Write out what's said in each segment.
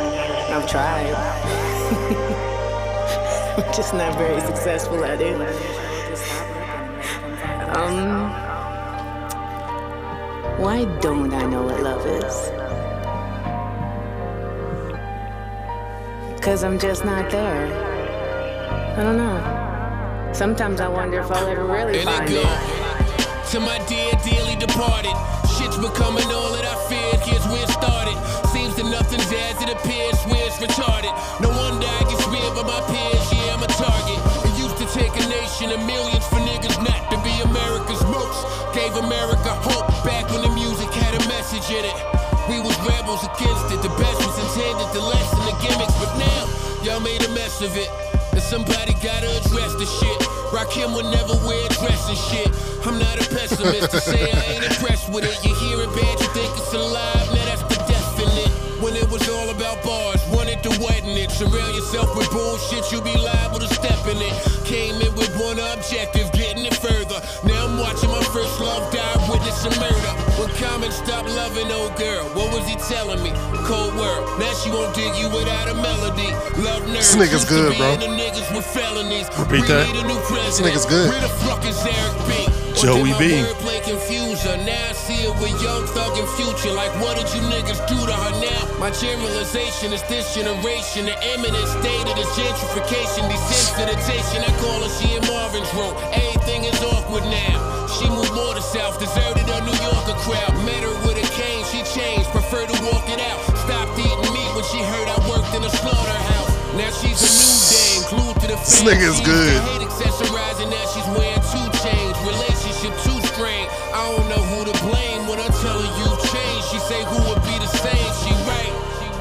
I've tried. I'm just not very successful at it. Um, why don't I know what love is? Because I'm just not there. I don't know. Sometimes I wonder if I'll ever really And I find go it. to my dear, dearly departed. Shit's becoming all that I feared. Here's where it started. Seems that nothing's as it appears. Swears retarded. No wonder I get smeared by my peers. Yeah, I'm a target. It used to take a nation of millions for niggas not to be America's most. Gave America hope back when the music had a message in it. We was rebels against it. The best was intended, the less than the gimmicks. But now, y'all made a mess of it. And somebody gotta address the shit. Rakim will never wear a dress and shit. I'm not a pessimist to say I ain't impressed with it. You hear it bad, you think it's alive. Now that's the definite. When it was all about bars, wanted to weten it. Surround yourself with bullshit, you'll be liable to step in it. Came in with one objective, getting it further. Now I'm watching my first love die, witness a murder. When Common stopped loving old girl, what was he telling me? Cold world. Now she won't dig you without a melody. Love nerves. This nigga's used to good, be bro. in the niggas with felonies. We Repeat that. need a new president. nigga's good. Where the fuck is Eric B? Or Joey did my B. wordplay confuse her? Now I see it with Young Thug and Future. Like, what did you niggas do to her now? My generalization is this generation. The imminent state of this gentrification, desensitization. I call her, she in Marvin's room. Everything is awkward now. She moved more to South, deserted her New Yorker crowd. Met her with a cane, she changed, preferred to walk it out. Stopped eating meat when she heard I worked in a slaughterhouse. Now she's a new dame, glued to the This nigga is good. Hate accessorizing now she's wearing two chains. Relationship too strained. I don't know who to blame when I'm telling you change. She say who would be the same. She right.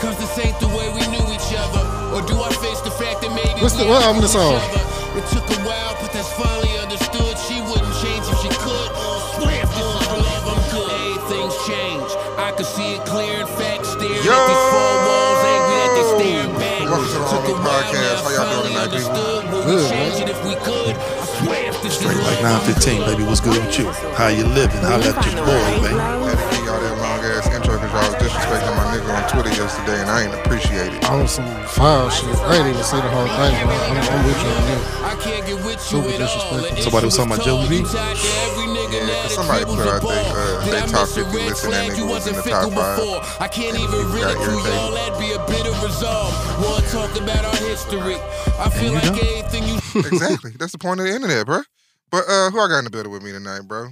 Cause this ain't the way we knew each other. Or do I face the fact that maybe What's we the- what outgrew album this each on? other? It took a while, but that's finally understood. She wouldn't change if she could. Swear if this is for love, I'm good. Everything's changed. I could see it clear in fact. Staring Yo! at these four walls, angry at they staring back. Welcome to the Took a Homie while, Podcast. now How y'all finally doing tonight, people? understood. Would we Good, man. change it if we could? I swear if this is Straight love, I'm like 915, baby. What's good with you? How you living? How You about find the your boy, right Had man? love. to give y'all that long ass intro because y'all was disrespecting my nigga on Twitter yesterday and I ain't appreciate it. on some foul shit. I ain't even say the whole thing, but I'm, I'm with you on that. I can't get with you Super at all. disrespectful. The Somebody was issue talking about tall. Joey You B. tied to every nigga now Yeah, that somebody dribbles put out the they, ball. uh, Did they I top miss a 50 red list and that flag? nigga You was in wasn't the top fickle five. before. I can't even Niggas really got through irritated. y'all. That'd be a bitter resolve. One talk about our history. I feel you like don't. anything you exactly. That's the point of the internet, bro. But uh, who I got in the building with me tonight, bro?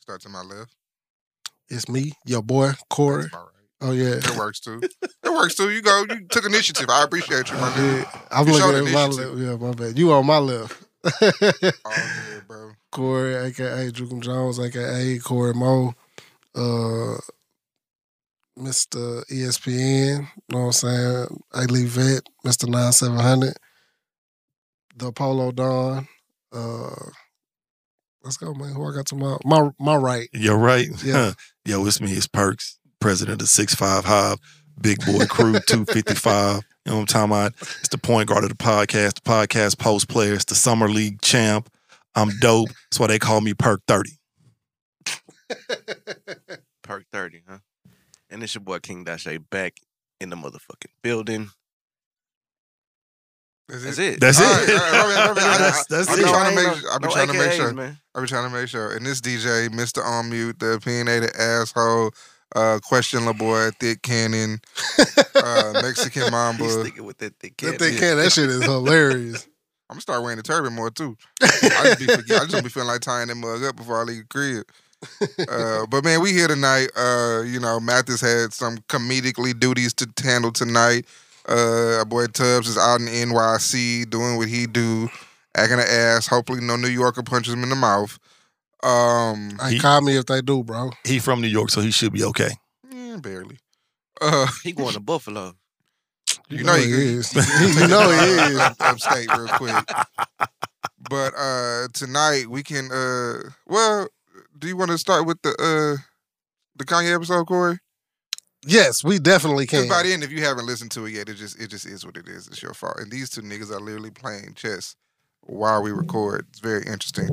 Start to my left. It's me, your boy, Corey. That's my right. Oh, yeah. It works too. It works too. You go. You took initiative. I appreciate you, my I dude. did. I'm You showed looking at my initiative. left. Yeah, my bad. You on my left. All good, bro. Corey, aka Drewcom Jones, aka Corey Moe, uh, E Mr. ESPN, know what I'm saying? Elite Vet, Mr. 9700, the Polo Don. Uh, let's go, man. Who I got to my my, my right? You're right. Yeah. Yo, it's me. It's Perks, president of 65 Hive, Big Boy Crew 255. You know what I'm talking about? It's the point guard of the podcast, the podcast post player. It's the Summer League champ. I'm dope. That's why they call me Perk 30. Park 30, huh? And it's your boy King Dashay back in the motherfucking building. That's it. That's All right, it. all right, all right, all right. That's, that's I've I've been it. trying to make- I've been trying to make sure. Man. I be trying to make sure. And this DJ, Mr. On Mute, the opinionated asshole, uh, questionable boy, thick cannon, uh, Mexican mamba. He's I'm sticking with that thick That cat. they can. That shit is hilarious. gonna start wearing the turban more too. I just be forget- I just be feeling like tying that mug up before I leave the crib. Uh, but man, we here tonight. Uh, you know, Mathis had some comedically duties to handle tonight. Uh, our boy Tubbs is out in NYC doing what he do, acting an ass. Hopefully, no New Yorker punches him in the mouth. Um, I He- call me if they do, bro. He from New York, so he should be okay. eh, barely. Uh, He going to Buffalo. You know he he is. you know he is. Up- upstate real quick. But uh tonight we can uh well, do you want to start with the uh the Kanye episode, Corey? Yes, we definitely Because can. by the end, if you haven't listened to it yet, it just it just is what it is. It's your fault. And these two niggas are literally playing chess while we record. It's very interesting.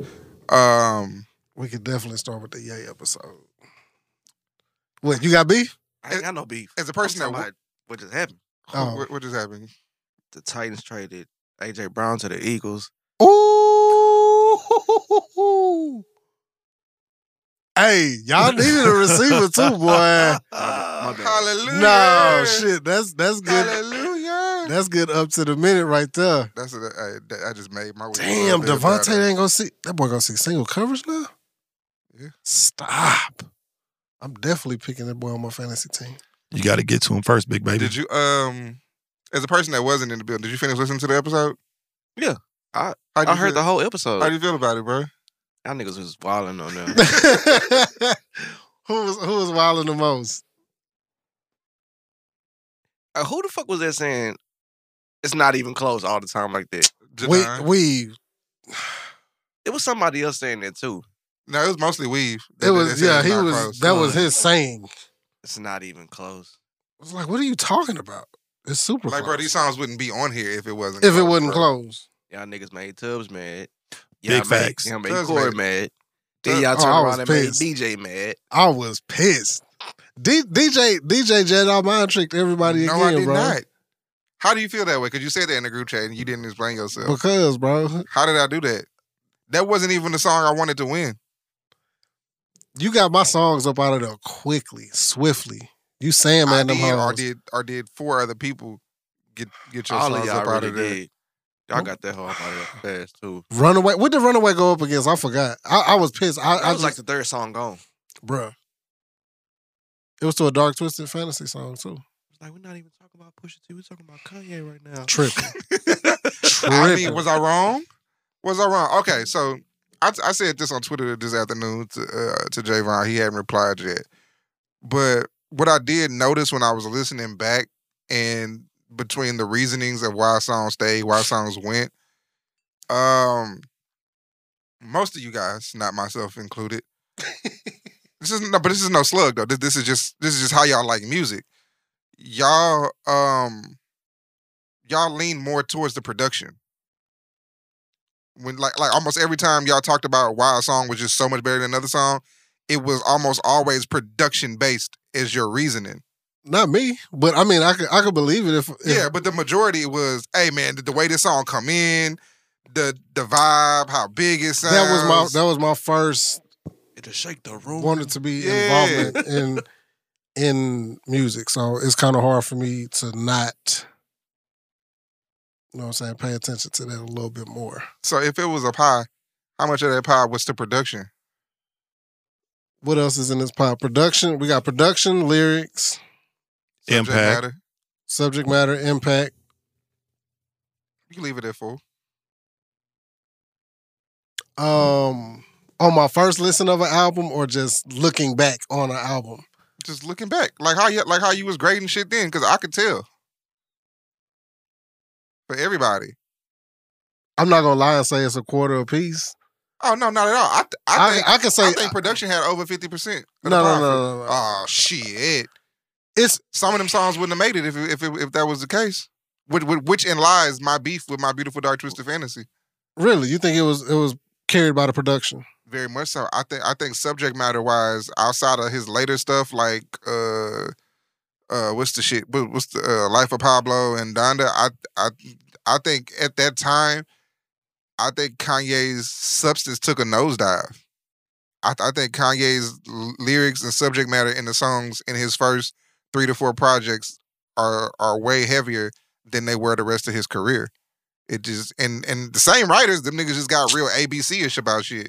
Um We could definitely start with the Yay episode. What you got beef? I ain't got no beef. as a person I'm that talking about um, what just happened. Oh. What, what just happened? The Titans traded AJ Brown to the Eagles. Ooh. Oh. Hey, y'all needed a receiver too, boy. My bad, my bad. Hallelujah. No shit, that's that's good. Hallelujah. That's good up to the minute right there. That's what I, that- I just made my way. Damn, Devontae ain't gonna see that boy gonna see single coverage now. Yeah. Stop. I'm definitely picking that boy on my fantasy team. You got to get to him first, big baby. Did you um, as a person that wasn't in the building, did you finish listening to the episode? Yeah. I- How do I you heard feel- the whole How episode. do you feel about it, bro? Y'all niggas was wilding on them. who was who was wilding the most? Uh, who the fuck was that saying? It's not even close all the time like that. We Janine? we It was somebody else saying that too. no, it was mostly Weave. that it did was that. yeah, It he not was close. that was his saying. It's not even close. I was like, what are you talking about? It's super Like, bro, close. these songs wouldn't be on here if it wasn't. if it close, wasn't bro. close. Y'all niggas made Tubbs mad. Big Y'all made, facts. Y'all made Tubbs Corey mad. mad. Tubbs- Then y'all Oh, turned I was around and made pissed. DJ mad. I was pissed. D- DJ DJ Jet All Mine tricked everybody no, again, I did bro. not. How do you feel that way? Because you said that in the group chat and you didn't explain yourself. Because, bro, How did I do that? That wasn't even the song I wanted to win. you got my songs up out of there quickly, swiftly. You saying I man them did, or hoes. did or did four other people get get your All songs of y'all up out really of there? did. Y'all got that whole out of there fast too. Runaway. What did Runaway go up against? I forgot. I, I was pissed. I, That I was was like just, the third song gone. bruh. It was to a dark twisted fantasy song too. It's like we're not even talking about Pusha T. We're talking about Kanye right now. Tripping. I Tripping. mean, was I wrong? Was I wrong? Okay, so I, I said this on Twitter this afternoon to uh, to Javon. He hadn't replied yet, but what I did notice when I was listening back and between the reasonings of why songs stayed, why songs went, um, most of you guys, not myself included. this is no, but this is no slug though. This, this is just this is just how y'all like music. Y'all, um, y'all lean more towards the production. When like like almost every time y'all talked about why a song was just so much better than another song, it was almost always production based as your reasoning. Not me, but I mean, I could I could believe it if, if Yeah, but the majority was, hey man, the, the way this song come in, the the vibe, how big it sounds. that was my that was my first It'll shake the room. wanted to be Yeah. involved in, in in music. So it's kind of hard for me to not, you know what I'm saying, pay attention to that a little bit more. so if it was a pie, how much of that pie was the production? What else is in this pod? Production. We got production, lyrics, Subject Impact. matter? subject matter, impact. You can leave it at four. Um, on my first listen of an album, or just looking back on an album. Just looking back, like how you like how you was grading shit then, because I could tell. For everybody. I'm not gonna lie and say it's a quarter a piece. Oh no, not at all. I th- I, I, think, I, can say I think production had over fifty percent. no, no, no, no, no. Oh shit! It's Some of them songs wouldn't have made it if it- if it, if that was the case. Which, which- which in lies my beef with my beautiful dark twisted fantasy. really. You think it was it was carried by the production? Very much so. I think I think subject matter wise, outside of his later stuff like uh uh what's the shit? What, what's the uh, life of Pablo and Donda? I I I think at that time, I think Kanye's substance took a nosedive. I, I think Kanye's l- lyrics and subject matter in the songs in his first three to four projects are are way heavier than they were the rest of his career. It just and and the same writers, them niggas just got real ABC ish about shit.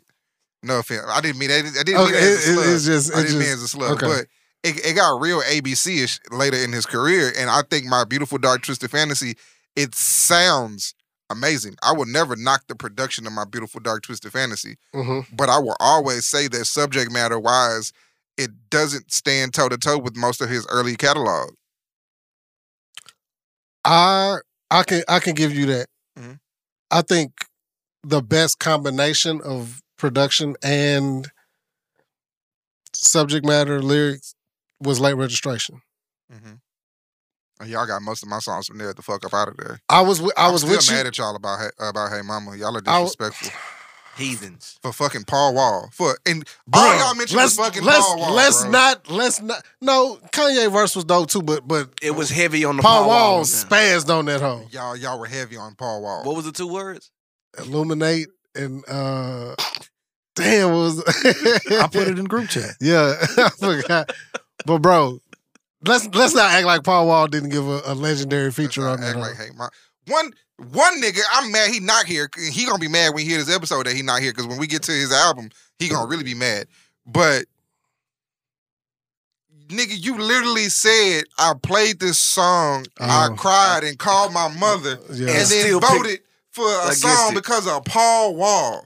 No offense, I didn't mean that. I didn't mean Okay, that as Oh, it, it- a slur. it's just I it's didn't just mean as a slur, okay. but it, it got real ABC ish later in his career. And I think my beautiful dark twisted fantasy, it sounds amazing. I will never knock the production of my beautiful dark twisted fantasy, hmm but I will always say that subject matter wise, it doesn't stand toe to toe with most of his early catalog. I I can I can give you that. Mhm. I think the best combination of production and subject matter lyrics was late registration. Mm-hmm. Y'all got most of my songs from there. The fuck up out of there. I was wi- I was I'm still with you. mad at y'all about hey, about hey mama. Y'all are I w- disrespectful. Heathens. for fucking Paul Wall. For and all y'all mentioned let's was fucking let's, Paul Wall. let's bro. not let's not. No, Kanye verse was dope too, but but It was heavy on the Paul Wall Wall. spazzed on that hoe. Y'all y'all were heavy on Paul Wall. What was the two words? Illuminate and uh, damn what was I put it in group chat. Yeah, I forgot. but bro, let's let's not act like Paul Wall didn't give a, a legendary Let's feature not on that. act hoe. like hey, my one one nigga. I'm mad he not here. He gonna be mad when he hear this episode that he not here because when we get to his album, he gonna really be mad. But nigga, you literally said I played this song, I Oh. Uh, cried and called my mother, Yeah. and then Still pick- voted for a Against song it. because of Paul Wall.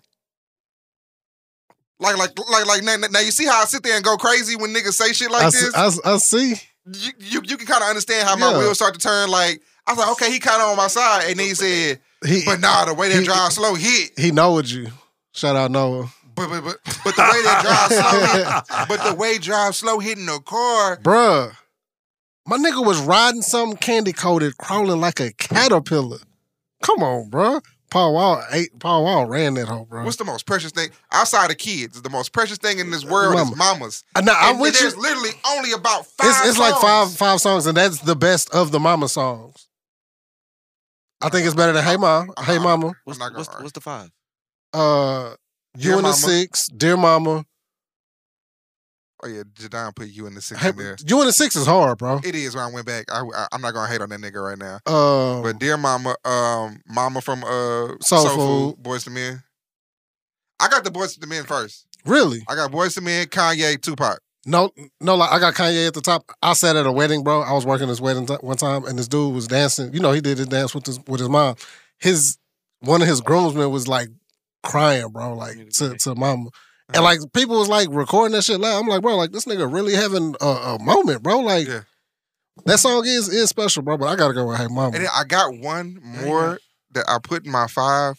Like, like, like, like. Now, now you see how I sit there and go crazy when niggas say shit like I, this see, I, s- I see. you you, you can kind of understand how my Yeah. wheels start to turn. Like I was like, okay, he kind of on my side, and then he said, He but nah, the way that He- drive slow hit, he knowed you. Shout out Noah, but but but, but the way that drive slow, hit, but the way drive slow hitting the car. bruh. My nigga was riding something candy coated, crawling like a caterpillar. Come on, bruh. Paul Wall ate. Paul Wall ran that hoe, bro. What's the most precious thing outside of kids? The most precious thing in this world Mama. is mamas. now And Uh, I'm with you. there's literally only about five. It's, it's like five songs. five songs, and that's the best of the Mama songs. I think it's better than Hey Mom, Uh-huh. Hey Mama. What's, not gonna what's, argue. what's the five? uh you Dear and the Mama. six, dear mama. Oh yeah, Jadon put you in the six Hey, in there. you and the six is hard, bro. It is when I went back. I, I I'm not gonna hate on that nigga right now. Um, But dear mama, um, mama from uh Soul Soul, Food. Food, Boys to Men. I got the Boys to Men first. really, I got Boys to Men, Kanye, Tupac. no, no. Like I got Kanye at the top. I sat at a wedding, bro. I was working this wedding t- one time, and this dude was dancing. You know, he did his dance with his with his mom. His one of his groomsmen was like crying, bro, like to to mama. Uh-huh. And like people was like recording that shit loud. I'm like, bro, like this nigga really having a, a moment, bro. Like Yeah. that song is is special, bro. But I gotta go with Hey Mama. And then I got one more that I put in my five.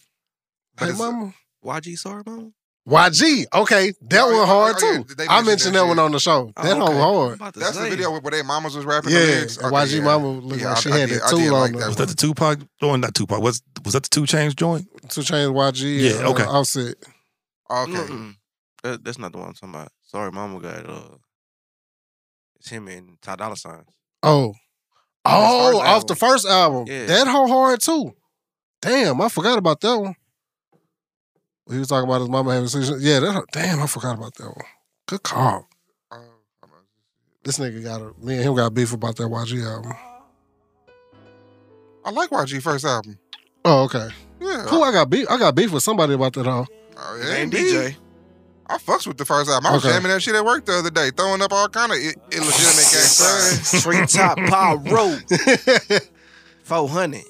hey it's- Oh, Mama. YG Sorbo? YG. Okay, that Oh, yeah, one hard oh, yeah, too. they I mentioned mentioned that that one shit. on the show. Oh, that okay. whole I'm hard. about to That's the say. video where their mamas was rapping the Yeah, lyrics. Okay, YG yeah. Mama looked Yeah, like I- she I had did- it I too did long. like though. that Was one. that the Tupac joint? Not Tupac. Was was that the Two Chains joint? Two Chainz, YG. Yeah, uh, okay. Offset. Okay. Mm-mm. mm. That, that's not the one I'm talking about. Sorry, Mama got uh, it's him and Ty Dolla Sign. Oh, first oh, off album. the first album. Yeah. That whole hard too. Damn, I forgot about that one. He was talking about his mama having seizures. Yeah, that. Damn, I forgot about that one. Good call. Oh, hold on. This nigga got a me and him got beef about that YG album. I like YG first album. Oh, okay. Yeah. Who I got beef? I got beef with somebody about that all. Oh, His yeah, name indeed. DJ. I fucks with the first album. I was Okay. jamming that shit at work the other day, throwing up all kind of i- illegitimate gangsta. Street Top Pyro. 400.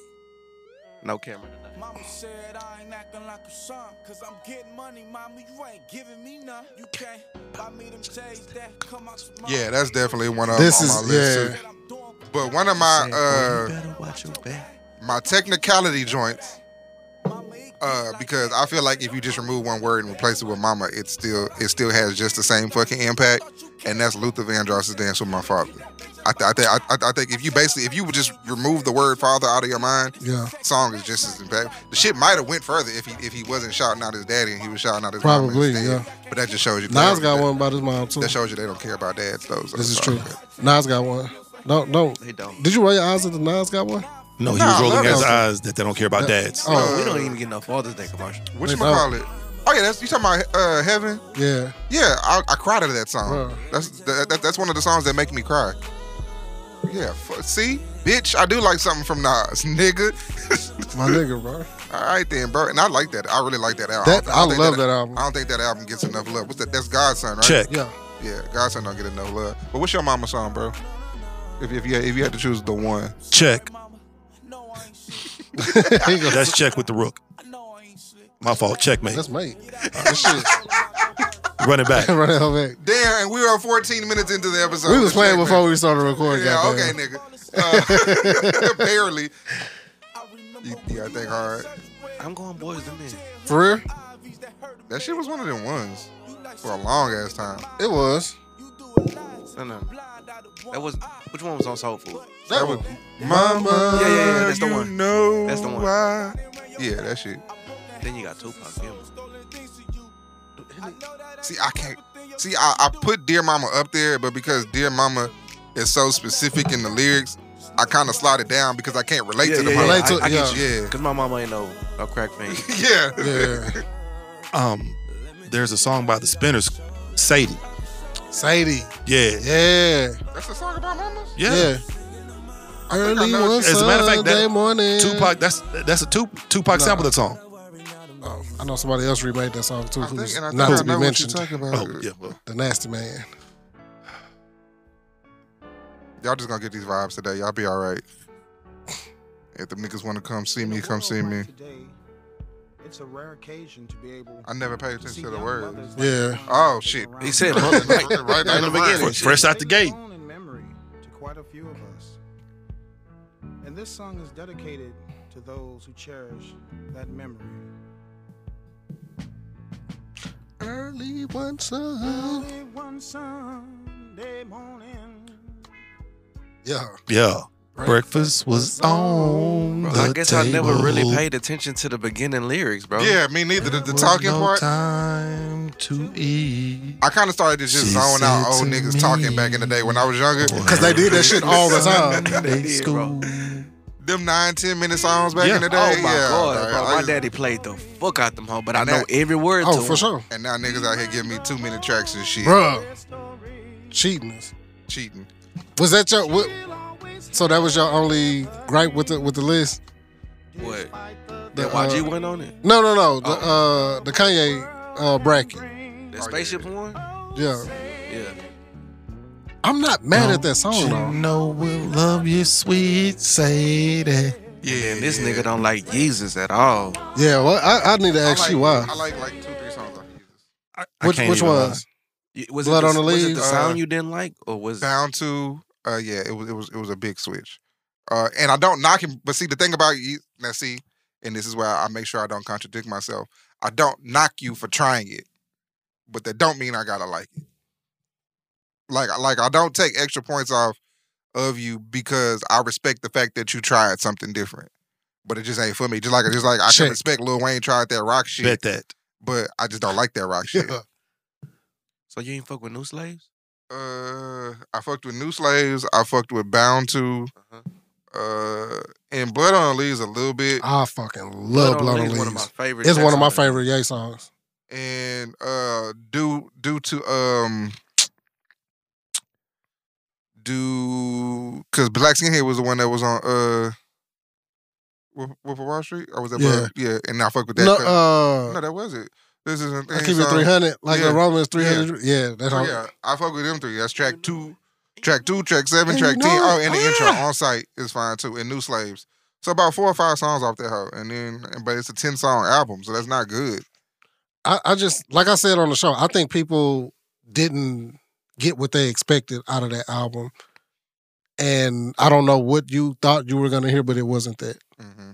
No camera. Mama said I ain't acting like a son, cause I'm getting money, mama. You ain't giving me none. You can't buy me them J's that come out tomorrow. Yeah, that's definitely one of This on is- my list yeah. too. That I'm doing But one of my uh better watch your back. my technicality joints, mama, it uh, because I feel like if you just remove one word and replace it with mama, it still it still has just the same fucking impact. And that's Luther Vandross's dance with my father. I th- I, th- I, I- I think if you basically if you would just remove the word father out of your mind, Yeah. song is just as impactful. The shit might have went further if he if he wasn't shouting out his daddy and he was shouting out his mama Probably, instead. yeah. But that just shows you Nas that- got one about his mom too. That shows you they don't care about dads though. So This is it's true. all good. Nas got one. Don't don't. They don't. Did you roll your eyes at the Nas got one? No, he Nah, I was rolling love Uh, his that. eyes that they don't care about dads. Oh Oh, we don't even get no Father's Day commercial. What They you call it? Oh yeah, that's you talking about uh, heaven. yeah. Yeah, I, I cried out of that song. Bruh. That's that, that, that's one of the songs that make me cry. Yeah, fu see, bitch, I do like something from Nas, nigga. My nigga, bro. All right then, bro, and I like that. I really like that album. That I don't think love that album. I don't think that album gets enough love. What's that? That's Godson, right? Check. Yeah. Yeah, Godson don't get enough love. But what's your mama song, bro? If, if you if you had to choose the one, Check. No, I ain't shit. He go, That's check with the rook. I know I ain't slick. My fault. Checkmate. That's mate. That shit. Run it back. Run that hell back. damn, and we are 14 minutes into the episode. We was playing Checkmate. before we started recording. Yeah, okay, goddamn. nigga. Uh, barely. I remember You, you gotta think hard. I'm going boys to men. For real? Ivy's that hurt That shit was one of them ones for a long ass time. It was. You do it lies. No, no. Blind out of That was which one was on Soul Food? That That one. was Mama. Yeah, yeah, yeah, that's the you one. Know That's the one. Why. Yeah, that shit. Then you got Tupac. Yeah. See, I can't. See, I, I put Dear Mama up there, but because Dear Mama is so specific in the lyrics, I kind of slide it down because I can't relate Yeah, to the yeah, mama. Relate to- I, I get you. yeah. Cause my mama ain't no no crack fiend. Yeah. Yeah. Um, there's a song by the Spinners, Sadie. Sadie. Yeah, Yeah. That's a song about mamas? yeah. Yeah. Early know- one As a matter of fact, that- Sunday morning. Tupac. That's that's a two, Tupac Nah. sample that song. Oh, I know somebody else remade that song too. I think, who's and I think not I to be know what you're mentioned. talking about. Oh yeah, well, The Nasty Man. Y'all just gonna get these vibes today. Y'all be all right. If the niggas wanna come see me, come see me. It's a rare occasion to be able I never pay attention to the words. Yeah. Oh shit. He said right, mother right, right. right In the beginning. Fre- fresh out the gate. In memory to quite a few of us. And this song is dedicated to those who cherish that memory. Early one sun. Only one Sunday morning. Yeah. Yeah. Breakfast was on. Bro, the I guess I never really table. paid attention to the beginning lyrics, bro. Yeah, me neither. The, the Was talking no part. Time to eat. I kind of started to just She zone out said old to niggas me, talking back in the day when I was younger. 'Cause they did that shit all the time. Sunday did, school. bro. Them nine, ten minute songs back Yeah. in the day. Oh my yeah, god, like, bro. I My just- daddy played the fuck out them hoe, but I And know that- every word to Oh, for them. sure. And now niggas out here giving me two minute tracks and shit. Bruh. Cheating us. Cheating. Was that your what, so that was your only gripe with the with the list? What? The, That YG uh, went on it? No, no, no. The Oh. uh the Kanye uh bracket. That spaceship one? Yeah. Yeah. I'm not mad at that song You though. know we'll love you, sweet Sadie. Yeah, And this nigga don't like Jesus at all. Yeah, well I, I need to I ask like, you why. I like like two, three songs. Like Which can't which even lie. ones? Y- Was Blood it the, on the was it Leaves, the uh, sound you didn't like, or was Bound to. Uh, yeah, it was it was it was a big switch. Uh, and I don't knock him, but see the thing about you now, see, and this is where I make sure I don't contradict myself. I don't knock you for trying it, but that don't mean I gotta like it. Like like I don't take extra points off of you because I respect the fact that you tried something different. But it just ain't for me. Just like just like I Check. can respect Lil Wayne tried that rock shit. Bet that. but I just don't like that rock shit. Yeah. so you ain't fuck with New Slaves? Uh, I fucked with New Slaves. I fucked with Bound to, Uh-huh. uh, and Blood on the Leaves a little bit, I fucking love Blood on the Leaves. One of my Leaves. favorite. It's one of my tracks on favorite Ye songs. and uh, due due to um, due because Black Skinhead was the one that was on uh, Wolf, Wolf of Wall Street. Or was that? Yeah. Blood? yeah. And I fucked with that. No, 'cause- uh no, that was it. This is I keep it 300 like yeah. the Romans 300. Yeah, that's Oh, how. yeah, I fuck with them three. That's track two, track two, track seven, track And you ten. know Oh, it. and the intro Ah. on site is fine too. And New Slaves. So about four or five songs off that hoe, and then but it's a ten song album, so that's not good. I, I just like I said on the show, I think people didn't get what they expected out of that album. And I don't know what you thought you were gonna hear, but it wasn't that. hmm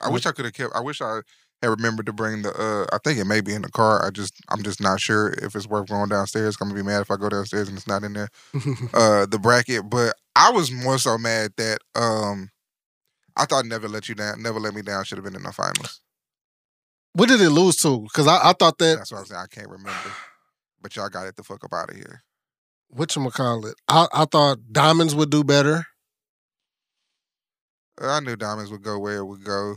I wish I could have kept. I wish I had remembered to bring the. uh I think it may be in the car. I just I'm just not sure if it's worth going downstairs. I'm gonna be mad if I go downstairs and it's not in there. Mm-hmm. uh the bracket, but I was more so mad that um I thought Never Let You Down, Never Let Me Down should have been in the finals. what did it lose to? Because I, I thought that That's what I'm saying. I can't remember. But y'all got it the fuck up out of here. whatchamacallit. I, I thought diamonds would do better. Uh, I knew Diamonds would go where it would go.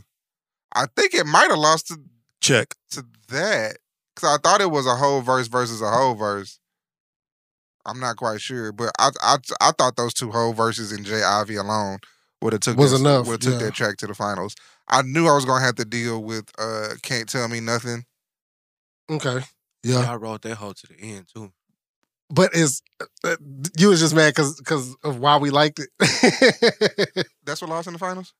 I think it might have lost to, Check. to that because I thought it was a whole verse versus a whole verse. I'm not quite sure, but I I, I thought those two whole verses in J Ivy alone would have took Was that, enough, Would have took yeah. that track to the finals. I knew I was gonna have to deal with uh "Can't Tell Me Nothing." Okay. it. Yeah. Y'all wrote that hoe to the end too. But it's uh, you was just mad because of why we liked it. That's what lost in the finals.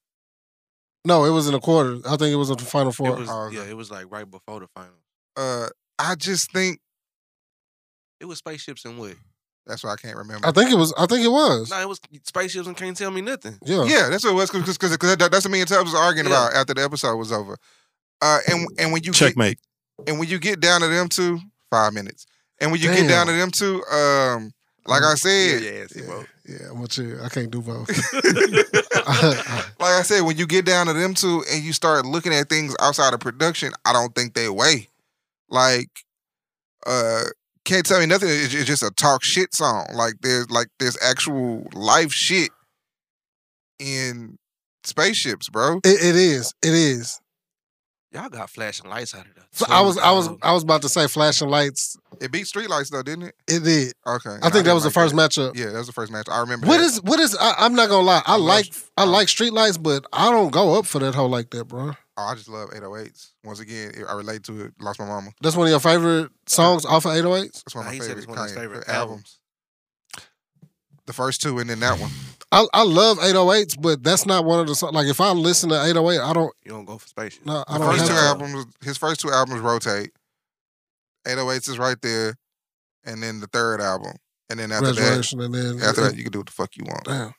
no, it was in the quarter. I think it was in the final It four. Uh, was, oh, yeah, okay. it was like right before the final. Uh, I just think It was spaceships and what? that's what I can't remember. I think it was. I think it was. No, it was spaceships and can't tell me nothing. Yeah. Yeah, that's what it was because because that, that's what me and Tubbs was arguing Yeah. about after the episode was over. Uh, and and when you Checkmate. get and when you get down to them two, five minutes. And when you get Damn. down to them two, um, like I Mm-hmm. Yeah, said, yeah, see, bro. Yeah, I'm gonna chill. I can't do both. like I said, when you get down to them two and you start looking at things outside of production, I don't think they weigh. Like uh can't tell me nothing. It's, it's just a talk shit song. Like there's like there's actual life shit in spaceships, bro. It, it is. It is. Y'all got flashing lights out of that. So I was I was um, I was about to say flashing lights. It beat Streetlights though, didn't it? It did. Okay. I think that was the first match. matchup. Yeah, that was the first match. I remember. What that. is what is I, I'm not gonna lie. I love- like I like streetlights, but I don't go up for that hoe like that, bro. Oh, I just love 808s. Once again, I relate to it. Lost my mama. That's one of your favorite songs off of 808s. That's one of Nah, my he said favorite, it's one of his Kanye favorite uh, albums. The first two, and then that one. I, I love 808s, but that's not one of the songs. Like if I listen to 808, I don't. You don't go for spaceship. No, I The don't. first two Have, albums, his first two albums rotate. 808s is right there, and then the third album, and then after graduation and then that, after that, you can do what the fuck you want. damn.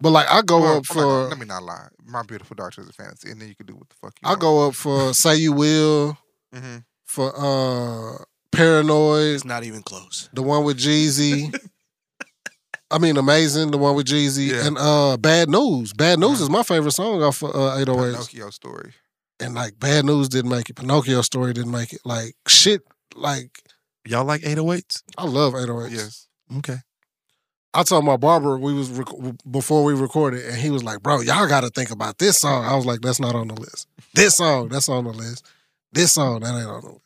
But like I go Well, up I'm not gonna- for let me not lie. My beautiful dark twisted fantasy, and then you can do what the fuck you I want. go up for say you will hmm for uh paranoid It's not even close. the one with Jeezy. I mean, amazing, the one with Jeezy Yeah. Mm-hmm. and uh, Bad News. Bad News is my favorite song off of uh, 808s. Pinocchio story. And like, Bad News didn't make it. Pinocchio Story didn't make it. Like, shit, like, Y'all like 808s? I love 808s. Yes. Okay. I told my barber we was rec- before we recorded, and he was like, "Bro, y'all got to think about this song." I was like, "That's not on the list. This song, that's on the list. This song, that ain't on the list."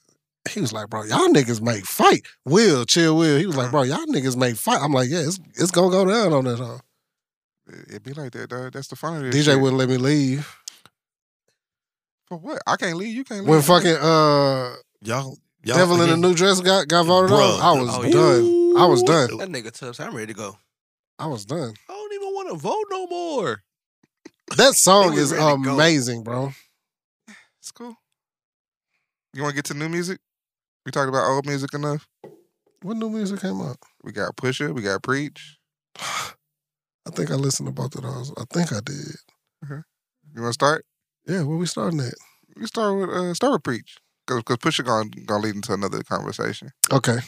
He was like, "Bro, y'all niggas make fight. Will chill, Will." He was like, "Bro, y'all niggas make fight." I'm like, "Yeah, it's, it's gonna go down on that song." It, it be like that, dog. That's the fun of this. DJ shit. wouldn't let me leave For what? I can't leave. You can't leave. when fucking uh Y'all, y'all Devil in a again, New Dress got got voted Bruh. on. I was Oh, yeah. done. I was done. That nigga Tubbs, I'm ready to go. I was done. I don't even want to vote no more. That song was is ready to go. amazing, bro. It's cool. You want to get to new music? We talked about old music enough. What new music came out? We got Pusha. We got Preach. I think I listened to both of those. I think I did. You want to start? Yeah, where we starting at? We start with uh, start with Preach because Pusha gonna gonna lead into another conversation. Okay.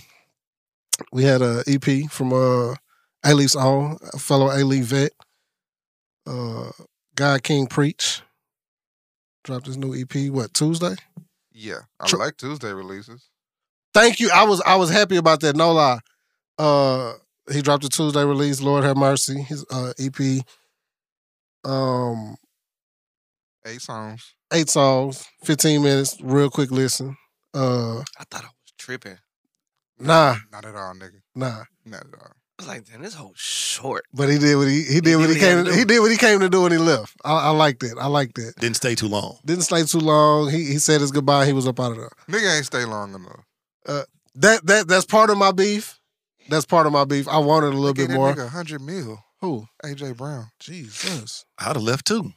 We had a EP from uh A Leaf's own, a fellow A Leaf vet, uh God King Preach. Dropped his new EP, what, Tuesday? Yeah, I Tr- like Tuesday releases. Thank you. I was I was happy about that, no lie. Uh he dropped a Tuesday release, Lord have mercy, his uh EP. Um Eight songs. eight songs, 15 minutes, real quick listen. Uh I thought I was tripping. I nah, Not at all, nigga. nah. Not at all. was like, damn, this whole short. But he did what he he did what he, what he had came to to, do. he did what he came to do and he left. I, I liked it. I liked it. Didn't stay too long. Didn't stay too long. He he said his goodbye. He was up out of there. Nigga ain't stay long enough. That that that's part of my beef. That's part of my beef. I wanted a little Gave bit that more. Nigga, hundred mil. Who? AJ Brown. Jesus. I'd have left too.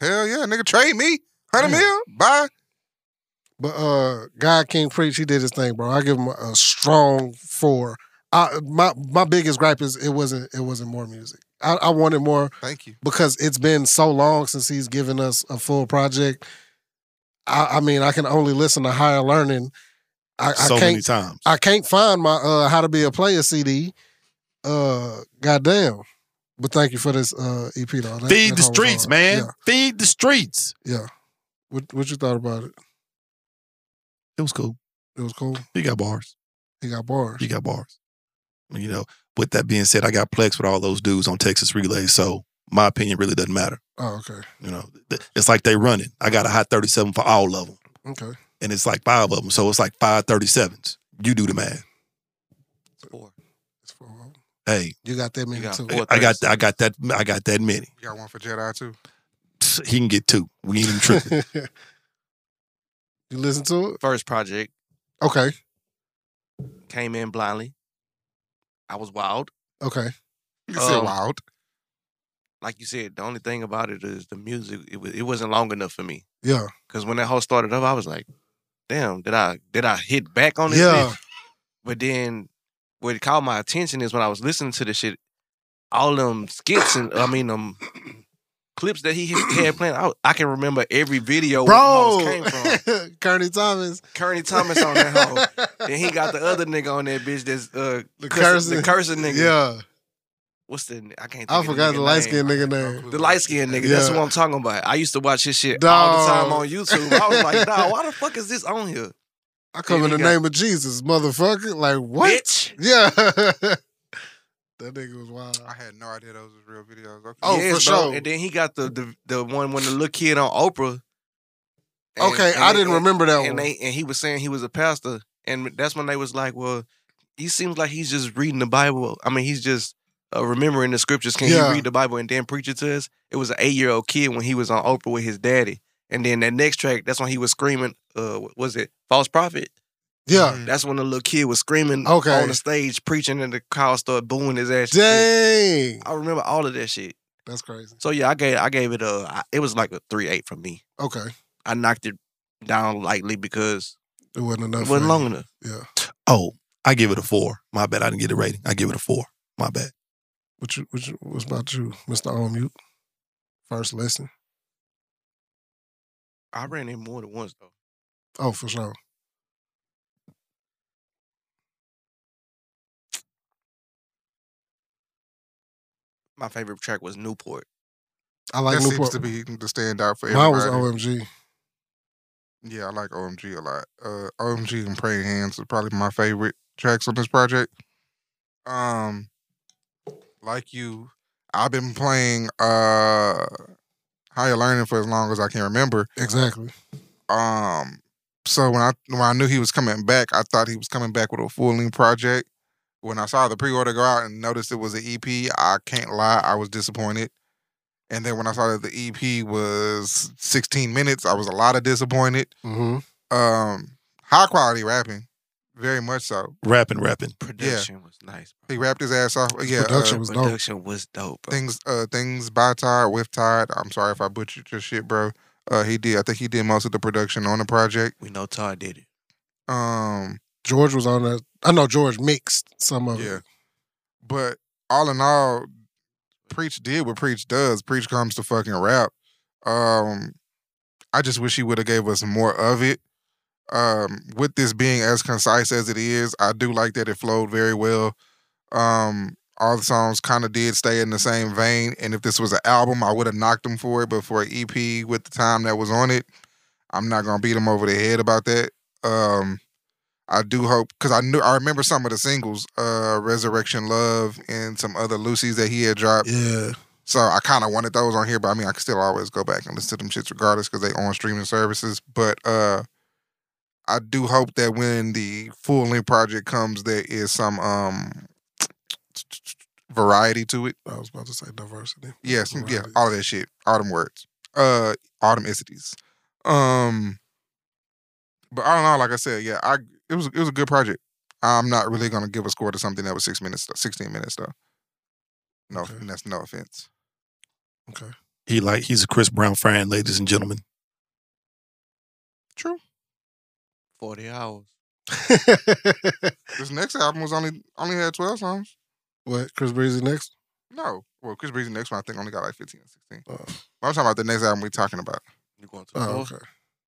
Hell yeah, nigga. Trade me. Hundred Yeah. mil. Bye. But uh, God King Preach, he did his thing, bro. I give him a, a strong four. I my my biggest gripe is it wasn't it wasn't more music. I, I wanted more Thank you. because it's been so long since he's given us a full project. I, I mean, I can only listen to Higher Learning. I, so I many can't. times. I can't find my uh, How to Be a Player CD. Uh, goddamn. But thank you for this uh, EP though. That- Feed that song the was streets, hard. man. Yeah, Feed the streets. yeah. What what you thought about it? It was cool. It was cool. You got bars. He got bars. You got bars. You know. With that being said, I got plex with all those dudes on Texas Relay, so my opinion really doesn't matter. Oh, okay, You know, Th- it's like they running. I got a hot thirty-seven for all of them, okay. and it's like five of them, so it's like five thirty-sevens. You do the math. Four. It's for- Hey, You got that many You got too. four. I got, I got that, I got that many. You got one for Jedi too. Psst, He can get two. We ain't even tripping. you listen to it? First project Okay, came in blindly. I was wild. okay. You said Um, wild. Like you said, the only thing about it is the music. It, was, it wasn't long enough for me. Yeah, Cause when that whole started up, I was like, damn, did I did I hit back on this? yeah. bitch? But then what caught my attention is when I was listening to the shit, all them skits and I mean them clips that he had had playing. I, I can remember every video Bro, where Mos came from. Kearney Thomas. Kearney Thomas on that hoe. Then he got the other nigga on that bitch that's uh The cursing, cursing. the cursing nigga. Yeah, What's the I can't think I of forgot nigga the light name. skinned nigga name. The light skinned nigga, that's Yeah. what I'm talking about. I used to watch his shit all the time Dog. on YouTube. I was like, nah, why the fuck is this on here? I come in Then the he got- name of Jesus, motherfucker. Like what? Bitch. Yeah. that nigga was wild. I had no idea those was real videos. Okay. Oh, Yes, for bro. sure. And then he got the the, the one when the little kid on Oprah. And- okay, and I they- didn't and- remember that one. and they and he was saying he was a pastor, and that's when they was like, well, he seems like he's just reading the Bible. I mean, he's just uh, remembering the scriptures. Can Yeah. he read the Bible and then preach it to us? It was an eight year old kid when he was on Oprah with his daddy, and then that next track, that's when he was screaming. Uh, what was it false prophet? yeah. That's when the little kid was screaming Uh. Okay. on the stage preaching, and the crowd started booing his ass. and shit. Dang. I remember all of that shit. That's crazy. So yeah, I gave I gave it a I- it was like a three eight for me. Okay. I knocked it down lightly because It wasn't enough. it for you. wasn't long enough. Yeah. Oh, I give it a four. My bad. I didn't get a rating. I give it a four. My bad. What you what you what's about you, Mr. On Mute? First lesson. I ran it more than once though. Oh, for sure. My favorite track was Newport. I like that seems Newport. to be the standout for Mine everybody. was OMG. yeah, I like OMG a lot. Uh, OMG and Praying Hands are probably my favorite tracks on this project. Um, like you, I've been playing uh Higher Learning for as long as I can remember. Exactly. Um, so when I when I knew he was coming back, I thought he was coming back with a full length project. When I saw the pre order go out and noticed it was an EP, I can't lie, I was disappointed. And then when I saw that the EP was 16 minutes, I was a lot of disappointed. Mm-hmm. Um, high quality rapping, very much so. Rapping, rapping. Production was nice. Bro. He rapped his ass off. Yeah, production uh, was dope. Production was dope, bro. things uh things by Todd with Todd. I'm sorry if I butchered your shit, bro. Uh, he did. I think he did most of the production on the project. we know Todd did it. Um, George was on that. I know George mixed some of Yeah. it. But all in all, Preach did what Preach does. Preach comes to fucking rap. Um, I just wish he would have gave us more of it. Um, with this being as concise as it is, I do like that it flowed very well. Um, all the songs kind of did stay in the same vein, and if this was an album, I would have knocked him for it. But for an EP with the time that was on it, I'm not gonna beat him over the head about that. Um, I do hope because I knew I remember some of the singles, uh, Resurrection Love and some other Lucy's that he had dropped. Yeah. So I kind of wanted those on here, but I mean, I can still always go back and listen to them shits regardless because they on streaming services. But uh, I do hope that when the full length project comes, there is some um variety to it. I was about to say diversity. Yes, yeah, yeah, Variety. all that shit. Autumn words. Uh autumnicities. Um but I don't know, like I said, yeah, I it was it was a good project. I'm not really gonna give a score to something that was six minutes sixteen minutes though. No Okay. and that's no offense. Okay. He like he's a Chris Brown fan, ladies and gentlemen. True. Forty hours. This next album was only only had twelve songs. what? Chris Breezy next? No. Well, Chris Breezy next one I think only got like fifteen or sixteen. Oh, But I'm talking about the next album we talking about. You going to oh, oh, okay.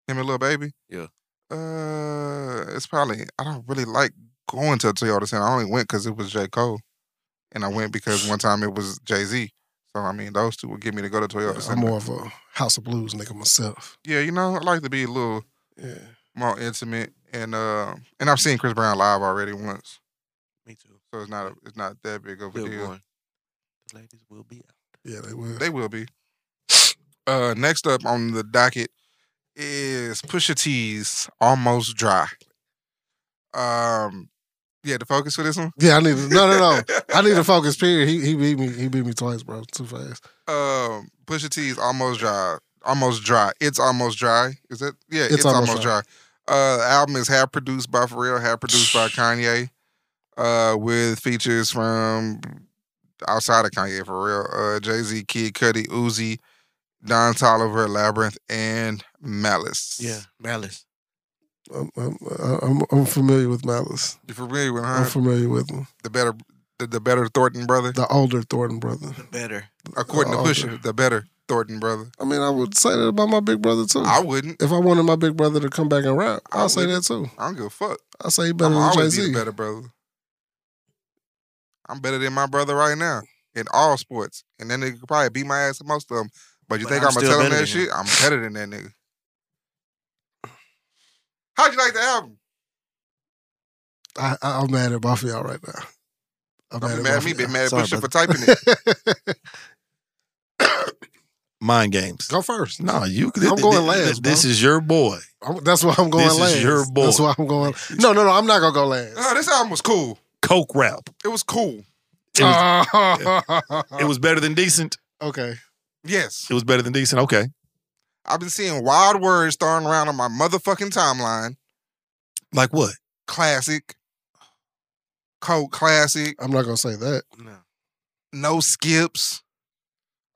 Him and Lil Baby? Yeah. Uh, it's probably, I don't really like going to a Toyota Center. I only went because it was J. Cole. And I went because one time it was Jay Z. So, I mean, those two would get me to go to Toyota Yeah, I'm Center. more of a House of Blues nigga myself. yeah, you know, I like to be a little Yeah. more intimate. And uh, and I've seen Chris Brown live already once. Me too. So it's not a, it's not that big of a Good deal. one. The ladies will be out. Yeah, they will. They will be. Uh, next up on the docket is Pusha T's Almost Dry. Um, yeah, the focus for this one. yeah, I need to, no, no, no. I need to focus. Period. He he beat me. He beat me twice, bro. Too fast. Um, Pusha T's almost dry. Almost dry. It's almost dry. Is that? Yeah, it's, almost, dry. Uh, the album is half produced by Pharrell, half produced by Kanye, uh, with features from outside of Kanye for real. Uh, Jay Z, Kid Cudi, Uzi, Don Tolliver, Labyrinth, and Malice. Yeah, malice. I'm I'm, I'm, I'm familiar with Malice. you familiar with I'm her? familiar with him. The better, the, the better Thornton brother. The older Thornton brother. The better. According to older. Pusha, the better Thornton brother. I mean, I would say that about my big brother too. I wouldn't. if I wanted my big brother to come back and rap, I I'll say wouldn't. that too. I don't give a fuck. I'll say he I'm better than Jay always be Z. the better brother. I'm better than my brother right now in all sports, and then they could probably beat my ass in most of them. But you But think I'm I'm, gonna still tell him better that than him. shit? I'm better than that nigga. How'd you like the album? I, I, I'm mad at both of y'all right now. I'm Don't be mad at me, both be of mad at Sorry, Bishop for brother. typing it. y'all. Mind games. Go first. No, you. I'm going last, This is your boy. I'm- that's why I'm going This is last. your boy. That's why I'm going. No, no, no. I'm not gonna go last. Oh, this album was cool. Coke rap. It was cool. It was, it it was was better than decent. okay. Yes. It was better than decent. Okay. I've been seeing wild words thrown around on my motherfucking timeline. Like what? Classic. Cold classic. I'm not gonna say that. No. No skips.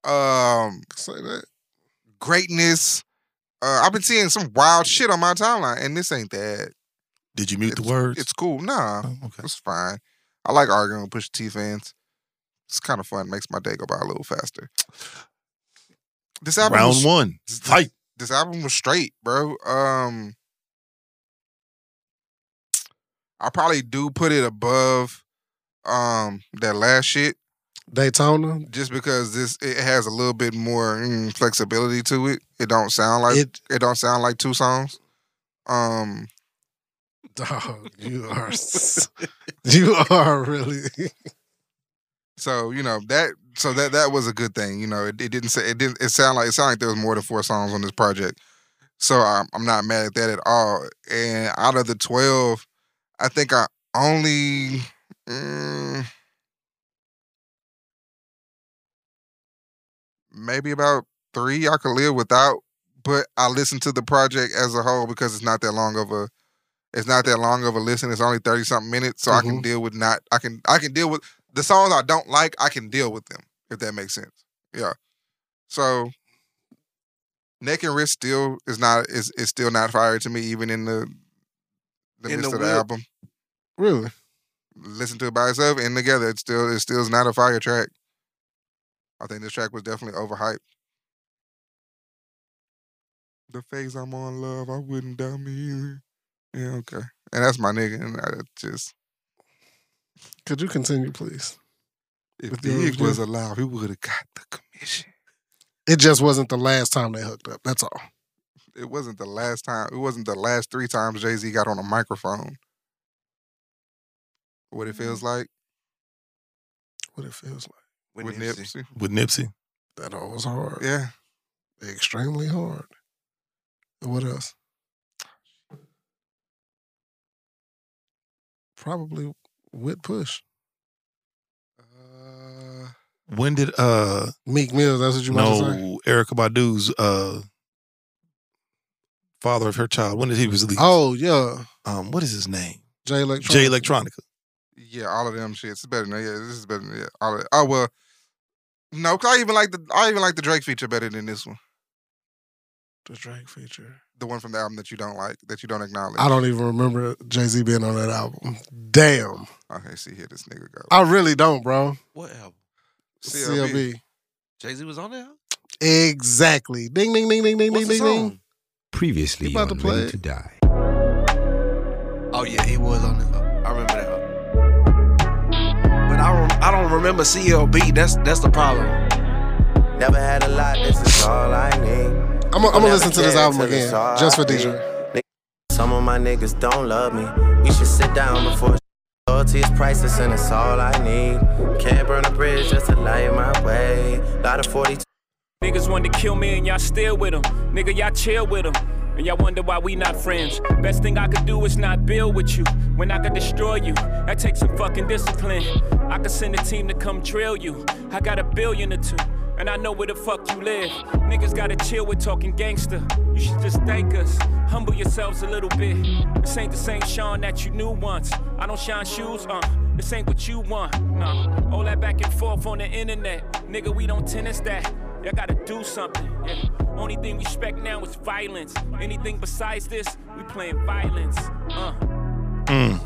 Um, Say that. greatness. Uh, I've been seeing some wild shit on my timeline, and this ain't that. Did you mute the words? It's cool. Nah, Oh, okay. it's fine. I like arguing with Pusha T fans. It's kind of fun. Makes my day go by a little faster. This album Round was- one. this- Fight. This album was straight, bro. Um, I probably do put it above um that last shit Daytona. just because this it has a little bit more mm, flexibility to it. It don't sound like It- it, don't sound like two songs. Um, Dog, you are. s- you are really. so you know that so that that was a good thing. You know, it, it didn't say it didn't it sound like it sounded like there was more than four songs on this project. So um, I'm I'm not mad at that at all. And out of the twelve, I think I only. mm, Maybe about three I could live without, but I listen to the project as a whole because it's not that long of a it's not that long of a listen. It's only thirty something minutes, so I can deal with not I can I can deal with the songs I don't like. I can deal with them if that makes sense. Yeah. So neck and wrist still is not is is still not fire to me even in the the In midst the of the whip. album. Really? Listen to it by itself and together, it still it still is not a fire track. I think this track was definitely overhyped. The phase I'm on, love, I wouldn't doubt me either. Yeah, okay. And that's my nigga. And I just, Could you continue, please? if With your Big was review. alive, he would have got the commission. It just wasn't the last time they hooked up. That's all. It wasn't the last time, it wasn't the last three times Jay Z got on a microphone. What it Mm, feels like What it feels like. With with Nipsey. Nipsey. with Nipsey. That all was hard. Yeah. Extremely hard. And what else? Probably with push. Uh, When did uh Meek Mills. That's what you want to say. no Erica Badu's uh father of her child? When did he was released? Oh yeah, um, what is his name? Jay Electron. Jay Electronica. Yeah, all of them shits. It's better than yeah. This is better than yeah. All of, oh well, no, 'cause I even like the I even like the Drake feature better than this one. the Drake feature. The one from the album that you don't like, that you don't acknowledge. I don't even remember Jay Z being on that album. Damn, Okay, Oh, see here, this nigga go. I really don't, bro. What album? CLB. Jay Z was on there. Exactly. Ding ding ding ding ding What's ding the ding song? ding. Previously You about on to Ready play it? to Die. Oh yeah, he was on there. I remember that. one. But I don't, I don't remember CLB. That's that's the problem. Never had a lot, this is all I need. I'm gonna listen to this Yeah, album till again, it's all just for I DJ. need. Some of my niggas don't love me. We should sit down before loyalty is priceless and it's all I need. Can't burn a bridge just to light my way. Lot of 42. Niggas wanted to kill me and y'all still with them. Nigga, y'all chill with them. And y'all wonder why we not friends. Best thing I could do is not build with you. When I could destroy you, that takes some fucking discipline. I could send a team to come drill you. I got a billion or two. And I know where the fuck you live. Niggas gotta chill with talking gangster. You should just thank us. Humble yourselves a little bit. This ain't the same Sean that you knew once. I don't shine shoes, uh. This ain't what you want, nah. All that back and forth on the internet. Nigga, we don't tennis that. Y'all gotta do something. Yeah. Only thing we expect now is violence. Anything besides this, we playing violence. Uh. Mm.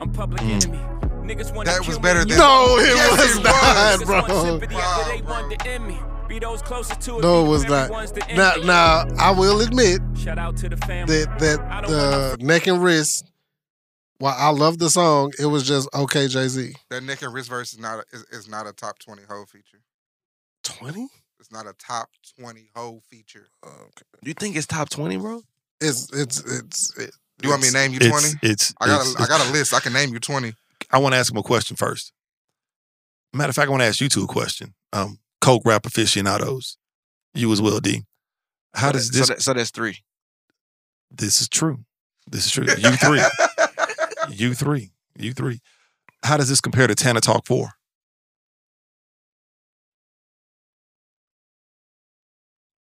I'm public enemy. Niggas wanna That kill was me. better than No, it Yes, was it not, was. Niggas want bro. sympathy Wow, after they bro. want the enemy. Be those closest to it. No, be it was the very not. ones that Now, envy. now I will admit Shout out to the family. that that the neck and wrist. While I love the song, it was just okay, Jay Z. That Nick and Rich verse is not a, is, is not a top twenty hoe feature. Twenty. It's not a top twenty hoe feature. You think it's top twenty, bro? It's it's it's it, You want me to name you It's- twenty? It's, I got it's- a, I got a list. I can name you twenty. I want to ask him a question first. Matter of fact, I want to ask you two a question. Um, Coke rap aficionados, you as well, D. How does so, this? that, so that's three. This is true. This is true. You three. you three. You three. How does this compare to Tana Talk Four?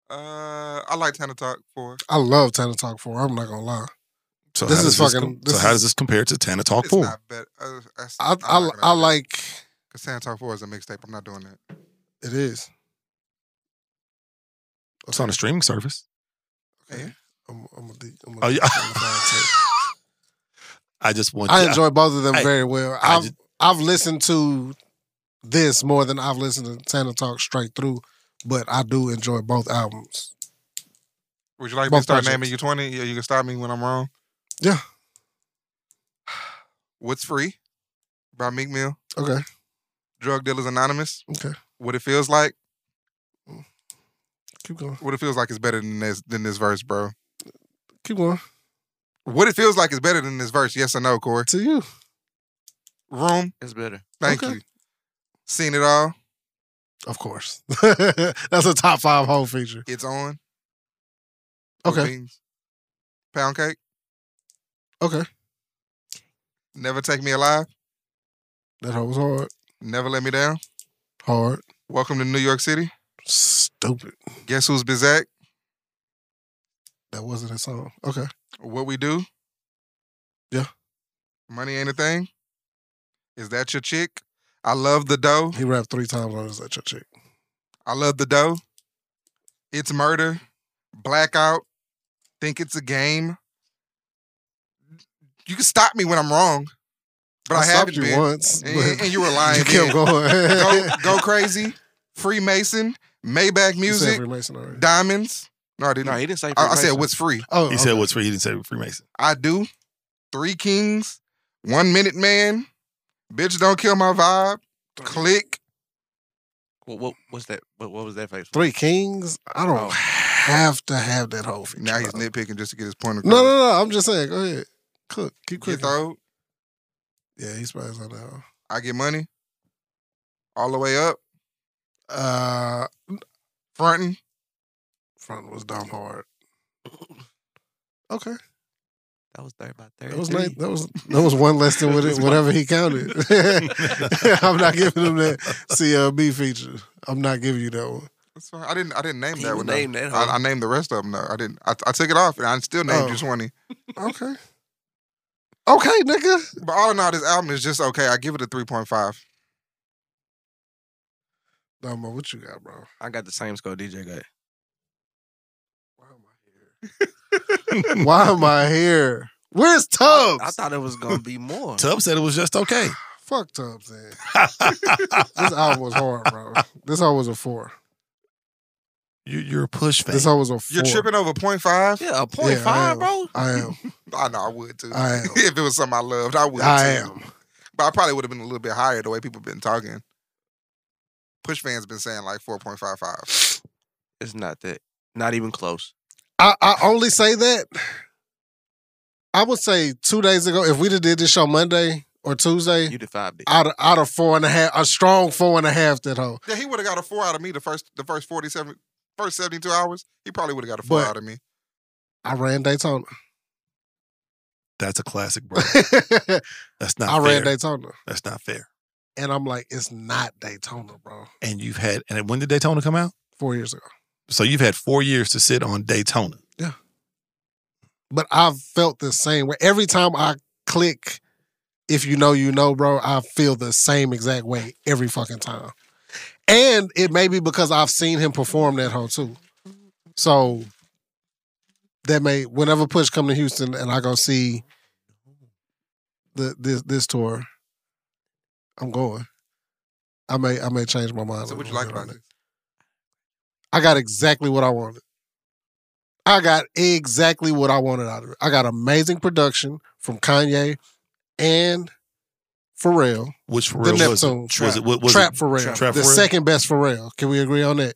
Uh, I like Tana Talk Four. I love Tana Talk 4. I'm not going to lie. So This how is does fucking- so this how is- does this compare to Tana Talk It's Four? not bad. Uh, that's- I, I, I'm not gonna I do that. like Cause Tana Talk Four is a mixtape. I'm not doing that. it is. It's on a streaming service. I'm, I'm gonna de- I'm gonna Oh, yeah. I'm gonna find it. I just want. I enjoy both of them Hey, very well. I I've just- I've listened to this more than I've listened to Tana Talk straight through, but I do enjoy both albums. Would you like me Both to start projects. naming you twenty? Yeah, you can stop me when I'm wrong. Yeah. What's free? By Meek Mill. Okay. Drug Dealers Anonymous. Okay. What it feels like. Keep going. What it feels like is better than this than this verse, bro. Keep going. What it feels like is better than this verse. Yes or no, Corey? To you. Room. That's better. Thank Okay. you. Seen it all. Of course. That's a top five whole feature. It's on. Okay. Beans. Pound cake. Okay. Never take me alive. That hoe was hard. Never let me down. Hard. Welcome to New York City. Stupid. Guess who's Bizak? That wasn't his song. Okay. What we do? Yeah. Money ain't a thing. Is that your chick? I love the dough. He rapped three times on his Let Your Chick. I love the dough. It's murder. Blackout. Think it's a game. You can stop me when I'm wrong, but I, stopped haven't you been. once. And, but and you were lying. you kept then. going. go, go crazy. Freemason. Maybach You said music. Freemason already. Diamonds. No, I didn't. No, he didn't say. I, I said Freemason. what's free. Oh, He okay. said what's free. He didn't say Freemason. I do. Three Kings, One Minute Man, Bitch Don't Kill My Vibe, Click. What, what was that? What, what was that face? Three Kings. I don't Oh. have to have that whole feature. Now he's bro. nitpicking just to get his point across. No, no, no. I'm just saying. Go ahead. Cook. Keep Get cooking. old. Yeah, he's probably on that. one. I get money. All the way up. Uh, Fronting. front was dumb hard. Okay, That was thirty by thirty. that was nice. That was that was one less than what it, whatever he counted. I'm not giving him that CLB feature. I'm not giving you that one. That's fine. I didn't I didn't name He that one. though. named that I, hoe. I named the rest of them though. I didn't I, I took it off and I still named you Oh. 20. Okay. Okay, nigga. But all in all, this album is just okay. I give it a 3.5. Dumbo, what you got, bro? I got the same score DJ got. Why am I here? Where's Tubbs? I thought it was gonna be more. Tubbs said it was just okay. Fuck Tubbs, man. This album was hard, bro. This album was a four. you, you're a push fan. This album was a 4 You're tripping over 0.5? Yeah, a point Yeah, I five, am. bro. I am. I know I would too. I am. if it was something I loved, I would I too. am. But I probably would have been a little bit higher the way people been talking. Push fans been saying like 4.55. It's not that. Not even close. I, I only say that. I would say two days ago, if we'd have did this show Monday or Tuesday, You defied it. out of out of four and a half, a strong four and a half that hoe. Yeah, he would have got a four out of me the first the first 47 first 72 hours. He probably would have got a four But- out of me. I ran Daytona. That's a classic, bro. That's not I fair. ran Daytona. That's not fair. And I'm like, it's not Daytona, bro. And you've had and when did Daytona come out? Four years ago. So you've had four years to sit on Daytona. But I've felt the same way. Every time I click, if you know, you know, bro, I feel the same exact way every fucking time. And it may be because I've seen him perform that hoe too. So that may whenever push come to Houston and I go see the this this tour, I'm going. I may I may change my mind. So a what you little like bit about on this? it. I got exactly what I wanted. I got exactly what I wanted out of it. I got amazing production from Kanye and Pharrell. Which for The real was it? Neptune was trap. it what was Trap it? Pharrell. Trap the Pharrell? second best Pharrell. Can we agree on that?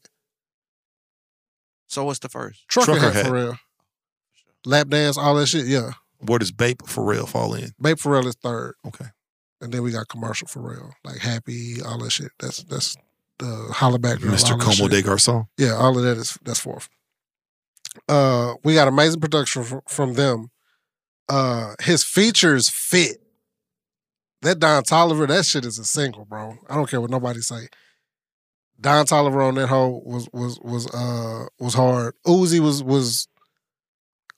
So what's the first? Trucker, Trucker hat Hat. Pharrell. Lap dance, all that shit. Yeah. Where does Bape Pharrell fall in? Babe Pharrell is third, Okay. and then we got commercial Pharrell, like Happy, all that shit. That's that's the holla back, girl, Mr. all that Como shit. de Garcon. Yeah, all of that is that's fourth. Uh, we got amazing production from, from them. Uh, his features fit. That Don Tolliver, that shit is a single, bro. I don't care what nobody say. Don Tolliver on that hoe was was was uh was hard. Uzi was was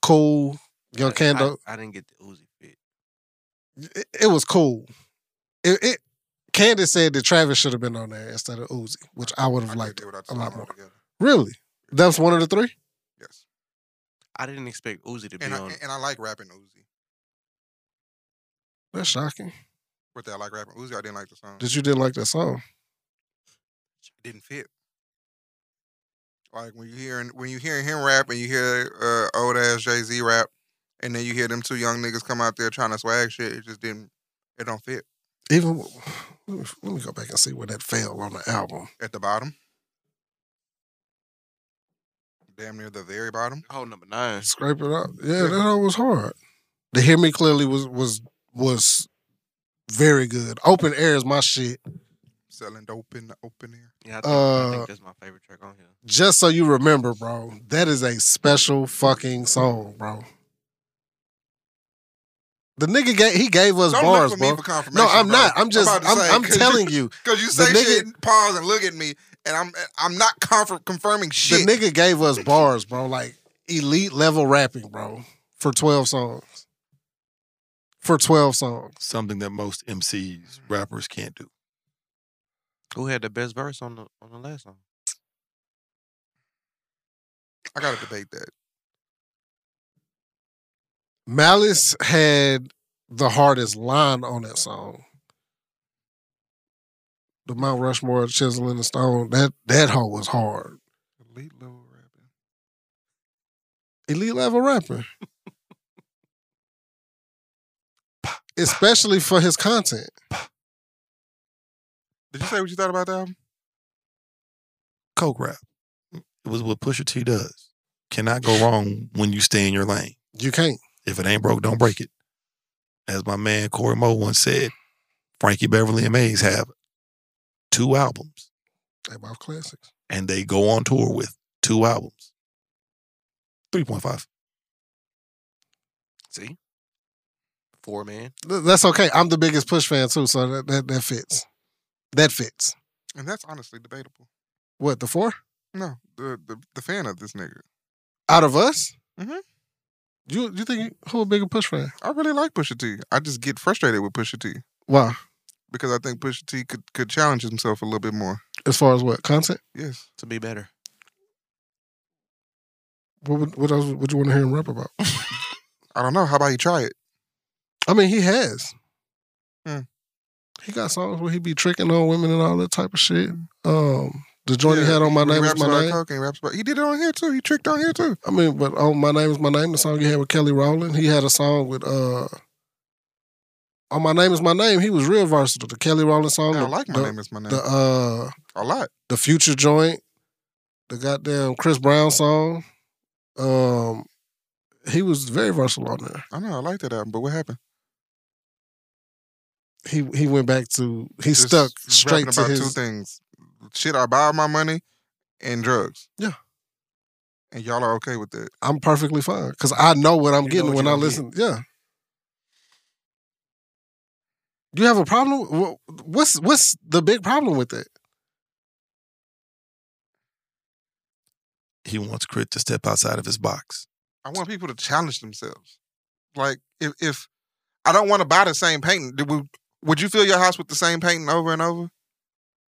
cool. Young I- Kendo, I, I didn't get the Uzi fit. it, it was cool. It, it Candace said that Travis should have been on there instead of Uzi, which I would have liked. without a the lot song more. altogether. Really, that's one of the three. Yes, I didn't expect Uzi to be and I, on. and I like rapping Uzi. That's shocking. With that, I like rapping Uzi. I didn't like the song. That you didn't like that song. didn't fit. Like when you hearing when you hearing him rap and you hear uh, old ass Jay Z rap, and then you hear them two young niggas come out there trying to swag shit. It just didn't. It don't fit Even let me, let me go back and see where that fell on the album. at the bottom. Damn near the very bottom. Oh, number nine. Scrape it up. Yeah, that all was hard. The hear me clearly was was was very good. Open air is my shit. Selling dope in the open air. Yeah, I think, I Uh, think that's my favorite track on here. Just so you remember, bro, that is a special fucking song, bro. The nigga gave he gave us Don't bars, look for bro. me for confirmation. No, I'm bro. not. I'm just. about I'm, to say, I'm 'cause you- telling you, Cause you The say nigga- shit, pause and look at me, and I'm I'm not confir- confirming shit. the nigga gave us bars, bro. Like elite level rapping, bro, for twelve songs. For twelve songs. Something that most MCs, rappers can't do. Who had the best verse on the on the last song? I gotta debate that. Malice had the hardest line on that song. The Mount Rushmore Chisel in the Stone. That that hoe was hard. Elite level rapping. Elite level rapper. Especially for his content. Did you say what you thought about the album? Coke rap. It was what Pusha T does. Cannot go wrong when you stay in your lane. You can't. If it ain't broke, don't break it. As my man Corey Moe once said, Frankie Beverly and Mays have two albums They both classics. and they go on tour with two albums. 3.5. See, four man. Th- That's okay. I'm the biggest Push fan too, so that, that, that fits. That fits. And that's honestly debatable. What, the four? No, the the, the fan of this nigga. Out of us? Mhm. You you think who a bigger Push fan? I really like Pusha T. I just get frustrated with Pusha T Why? because I think Pusha T could could challenge himself a little bit more. As far as what? Content? Yes, To be better. What would, what else would you want to hear him rap about? I don't know. How about you try it? I mean, he has. Hmm. He got songs where he be tricking on women and all that type of shit. Um, the joint he had on my When he name is raps my about name. Coke and raps about, he did it on here too. He tricked on here too. I mean, but on my name is my name. The song he had with Kelly Rowland. He had a song with uh. On my name is my name. He was real versatile. The Kelly Rowland song. Yeah, I the- like my the, name is my name The uh, a lot. the Future joint, the goddamn Chris Brown song. Um, he was very versatile on there. I know I like that album, but what happened? He he went back to he Just stuck rapping straight to about his two things: shit, I buy with my money, and drugs. Yeah. and y'all are okay with that. I'm perfectly fine because I know what I'm You know getting what when you're I gonna get. listen. Yeah. You have a problem? Wha- What's what's the big problem with it? He wants Crit to step outside of his box. I want people to challenge themselves. Like if if I don't want to buy the same painting, do we- would you fill your house with the same painting over and over?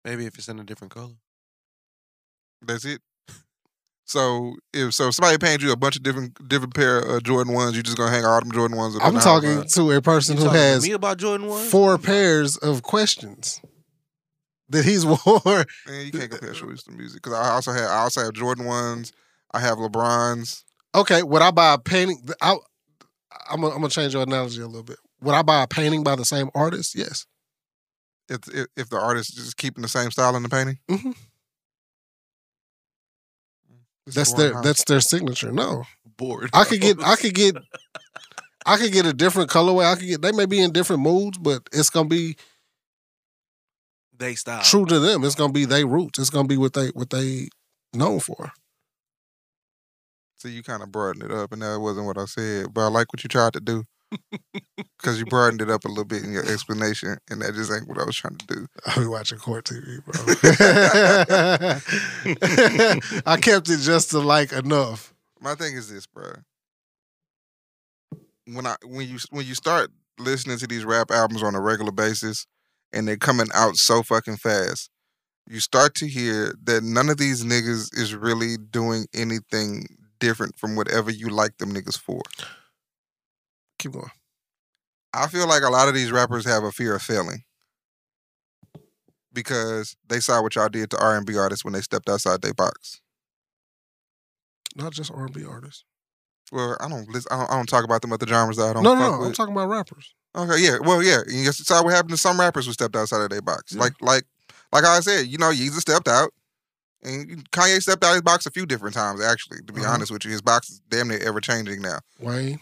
Maybe if it's in a different color. That's it. So if so, if somebody painted you a bunch of different different pair of Jordan ones, you just gonna hang all them Jordan ones. up in I'm the house, talking right? to a person You who talking to has me about Jordan one? four pairs of questions that he's worn. Man, you can't compare shoes to music because I also have I also have Jordan ones. I have LeBrons. Okay, would I buy a painting? I, I'm gonna I'm gonna change your analogy a little bit. Would I buy a painting by the same artist? Yes. If if, if the artist is just keeping the same style in the painting, Mhm. This is That's boring their house. that's their signature. No, Bored. Oh, I could get I could get I could get a different colorway. I could get. They may be in different moods, but it's gonna be They Ah. style. true to them. It's gonna be their roots. It's gonna be what they what they known for. See, you kind of broadened it up, and that wasn't what I said. But I like what you tried to do because you broadened it up a little bit in your explanation, and that just ain't what I was trying to do. I be watching court TV, bro. I kept it just to like enough. My thing is this, bro. When I when you when you start listening to these rap albums on a regular basis, and they're coming out so fucking fast, you start to hear that none of these niggas is really doing anything different from whatever you like them niggas for. Keep going. I feel like a lot of these rappers have a fear of failing because they saw what y'all did to R and B artists when they stepped outside their box. Not just R and B artists. Well, I don't listen. I don't, I don't talk about them other genres that I don't. No, fuck no, no. with. I'm talking about rappers. Okay, yeah. Well, yeah. And you saw what happened to some rappers who stepped outside of their box. Like, like, like I said, you know, Yeezus stepped out, and Kanye stepped out of his box a few different times. Actually, to be Uh-huh. honest with you, his box is damn near ever changing now. Wayne.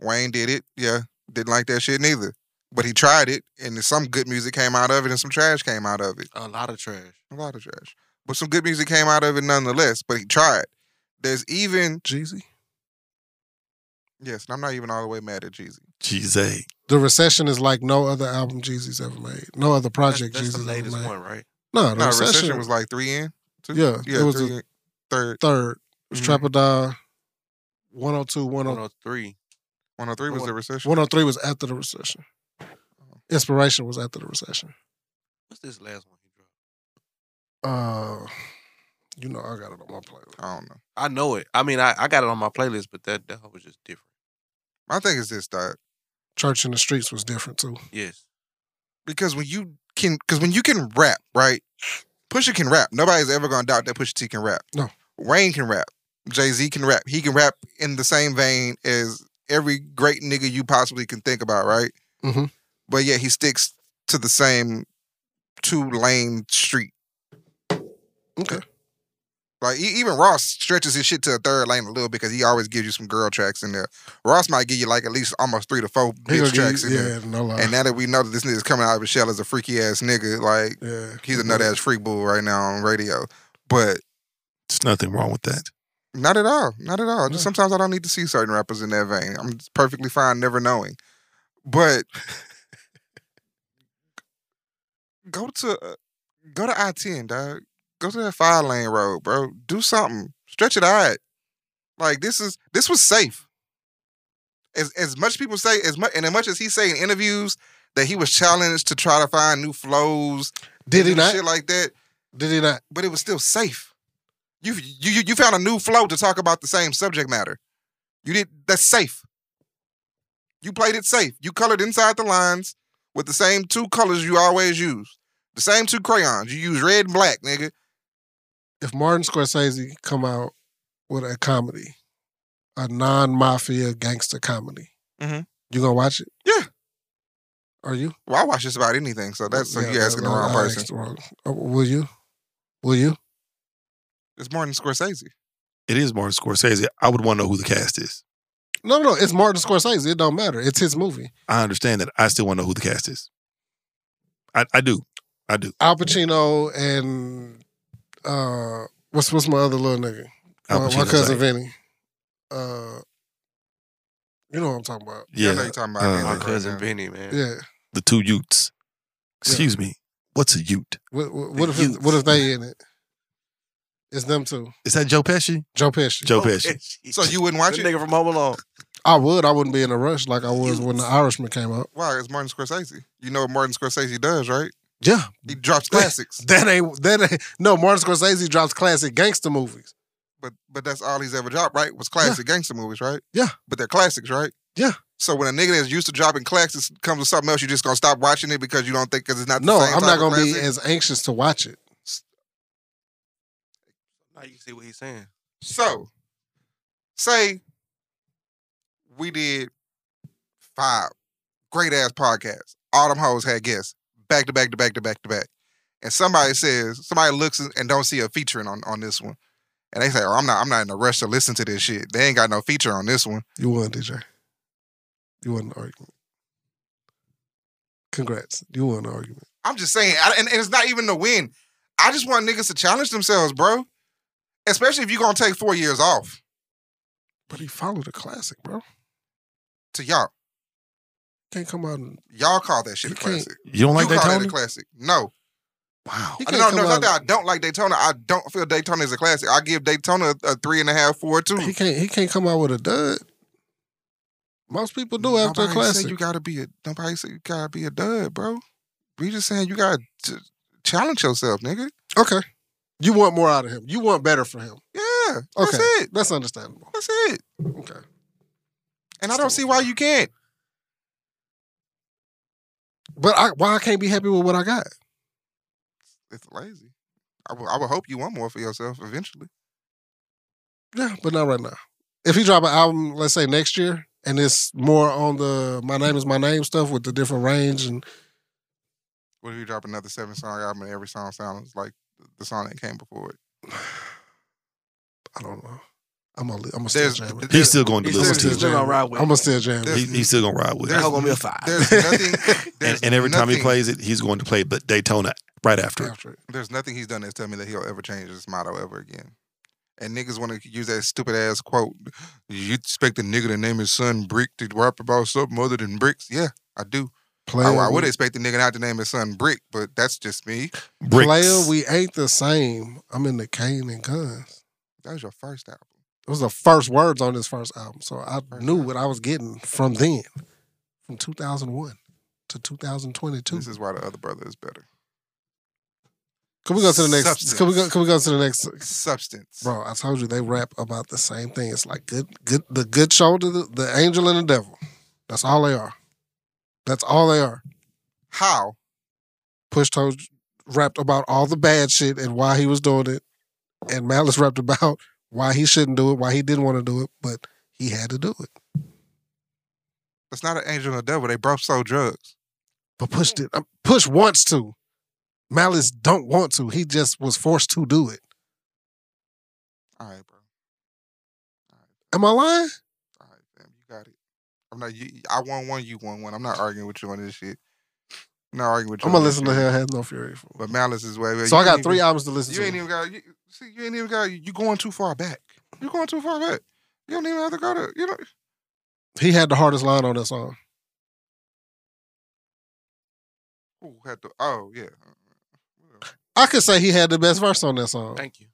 Wayne did it. Yeah, didn't like that shit neither. But he tried it, and then some good music came out of it, and some trash came out of it. A lot of trash. A lot of trash, but some good music came out of it nonetheless. But he tried. There's even Jeezy. yes, and I'm not even all the way mad at Jeezy. Jeezy. The recession is like no other album Jeezy's ever made. No other project that's, that's the Jeezy's latest ever made. one, right? No, the No, recession, recession, was like three in. Two? Yeah, yeah, it was three a- in, third. third. It was Mhm. Trapper Die. 102, 103. 103 103. was the recession. 103 was after the recession. Inspiration was after the recession. What's this last one he dropped? Uh, you know, I got it on my playlist. I don't know. I know it. I mean, I, I got it on my playlist, but that that was just different. My thing is this, Doc. Church in the Streets was different too. Yes. Because when you can, because when you can rap, right? Pusha can rap. Nobody's ever gonna doubt that Pusha T can rap. No. Wayne can rap. Jay Z can rap. He can rap in the same vein as every great nigga you possibly can think about, right? Mhm. But yeah, he sticks to the same two lane street. Okay. Like e- even Ross stretches his shit to a third lane a little bit because he always gives you some girl tracks in there. Ross might give you like at least almost three to four He bitch gonna give tracks you- in there. yeah, no lie. And now that we know that this nigga's coming out of his shell as a freaky ass nigga, like yeah, he's a nut ass freak bull right now on radio. But There's nothing wrong with that. not at all. Not at all. Yeah. Just sometimes I don't need to see certain rappers in that vein. I'm perfectly fine never knowing. But go to uh, go to I-10, dog. Go to that five lane road, bro. Do something. Stretch it out. Like this is this was safe. As as much people say as much and as much as he say in interviews that he was challenged to try to find new flows, Did he and not? shit like that Did he not? but it was still safe. You you you- you found a new flow to talk about the same subject matter. You did that's safe. You played it safe. You colored inside the lines with the same two colors you always use. The same two crayons. You use red and black, nigga. If Martin Scorsese come out with a comedy, a non-mafia gangster comedy, Mhm. you gonna watch it? Yeah. Are you? Well, I watch this about anything, so that's so Yeah, you that- asking the no, wrong I person. asked the wrong- Uh, Will you? Will you? It's Martin Scorsese. It is Martin Scorsese. I would want to know who the cast is. No, no, no. It's Martin Scorsese. It don't matter. It's his movie. I understand that. I still want to know who the cast is. I, I do. I do. Al Pacino and uh, what's what's my other little nigga? Al my, my Pacino's cousin like, Vinny. Uh, you know what I'm talking about? I know yeah, you're talking about Uh, I Uh-huh. My can't cousin think right Benny, man. Yeah. the two Utes. Excuse me. What's a Ute? What, what, what if The it's- what if they in it? It's them two. Is that Joe Pesci? Joe Pesci. Joe Pesci. now. So you wouldn't watch that it? nigga from Home Alone. I would. I wouldn't be in a rush like I was when the Irishman came out. Wow, it's Martin Scorsese. You know what Martin Scorsese does, right? Yeah. He drops classics. That ain't that ain't no Martin Scorsese drops classic gangster movies. but but that's all he's ever dropped, right? Was classic gangster movies, right? Yeah. But they're classics, right? Yeah. So when a nigga that's used to dropping classics comes with something else, you just gonna stop watching it because you don't think because it's not. The No, same I'm type not of gonna be classic? as anxious to watch it. Now you see what he's saying. So, say we did five great ass podcasts. All them hoes had guests back to back to back to back to back. And somebody says, somebody looks and don't see a featuring on, on this one. And they say, Oh, I'm not I'm not in a rush to listen to this shit. They ain't got no feature on this one. You won, DJ. You won the argument. Congrats. You won the argument. I'm just saying, I, and, and it's not even a win. I just want niggas to challenge themselves, bro. Especially if you're gonna take four years off But he followed a classic, bro. to y'all. Can't come out and Y'all call that shit You a classic. You don't like you that, call Tony? that a classic? No, Wow. he I, can't no, come no. It's not out. that I don't like Daytona. I don't feel Daytona is a classic. I give Daytona a, a three and a half, four, two. He can't. He can't come out with a dud. Most people do after a Nobody said classic. You gotta be a nobody said you gotta be a dud, bro. We just saying you gotta t- challenge yourself, nigga. Okay. You want more out of him. You want better for him. Yeah, Okay. that's it. That's understandable. That's it. Okay. And I don't see why you can't. But I, why I can't be happy with what I got? It's lazy. I would I would hope you want more for yourself eventually. Yeah, but not right now. If he drop an album, let's say next year, and it's more on the "My Name Is My Name" stuff with the different range, and What if you drop another seven song album and every song sounds like the song that came before it? I don't know. I'm gonna, I'm gonna still There's, jam it. there's- He's still going to He's listen still- to still it. gonna ride I'm with. it. gonna still jam it. He- He's still going to ride with That's there's- it. gonna be a five. There's nothing. There's And, and every time he nothing- plays it, he's going to play but Daytona right after it. After it. There's nothing he's done that's tell me that he'll ever change his motto ever again. And niggas want to use that stupid ass quote. You expect a nigga to name his son Brick to rap about something other than bricks? Yeah, I do. Player, I, I would we- expect a nigga not to name his son Brick, but that's just me. Bricks. Player, we ain't the same. I'm in the cane and guns. That was your first album. It was the first words on this first album. So I First knew what I was getting from then, from 2001 to 2022. This is why the other brother is better. Can we go to the next? Substance. Can we go? Can we go to the next? Substance. Bro, I told you they rap about the same thing. It's like good, good, the good shoulder, the, the angel and the devil. That's all they are. That's all they are. How? Push Toes rapped about all the bad shit and why he was doing it, and Malice rapped about why he shouldn't do it, why he didn't want to do it, but he had to do it. It's not an angel and a devil. They both sold drugs. but Push did. Um, Push wants to. Malice don't want to. He just was forced to do it. All right, bro. Am I lying? All right, fam. You got it. I'm not. You, I won one. You won one. I'm not arguing with you on this shit. I'm not arguing with you. I'm gonna on this listen to shit. Hell Has No Fury. For. But malice is way. So I you got ain't three even- albums to listen You to. ain't even got. You, see, you ain't even got. You going too far back. You going too far back. You don't even have to go to. You know. he had the hardest line on that song. Who had to? Oh yeah. I could say he had the best verse on that song. Thank you.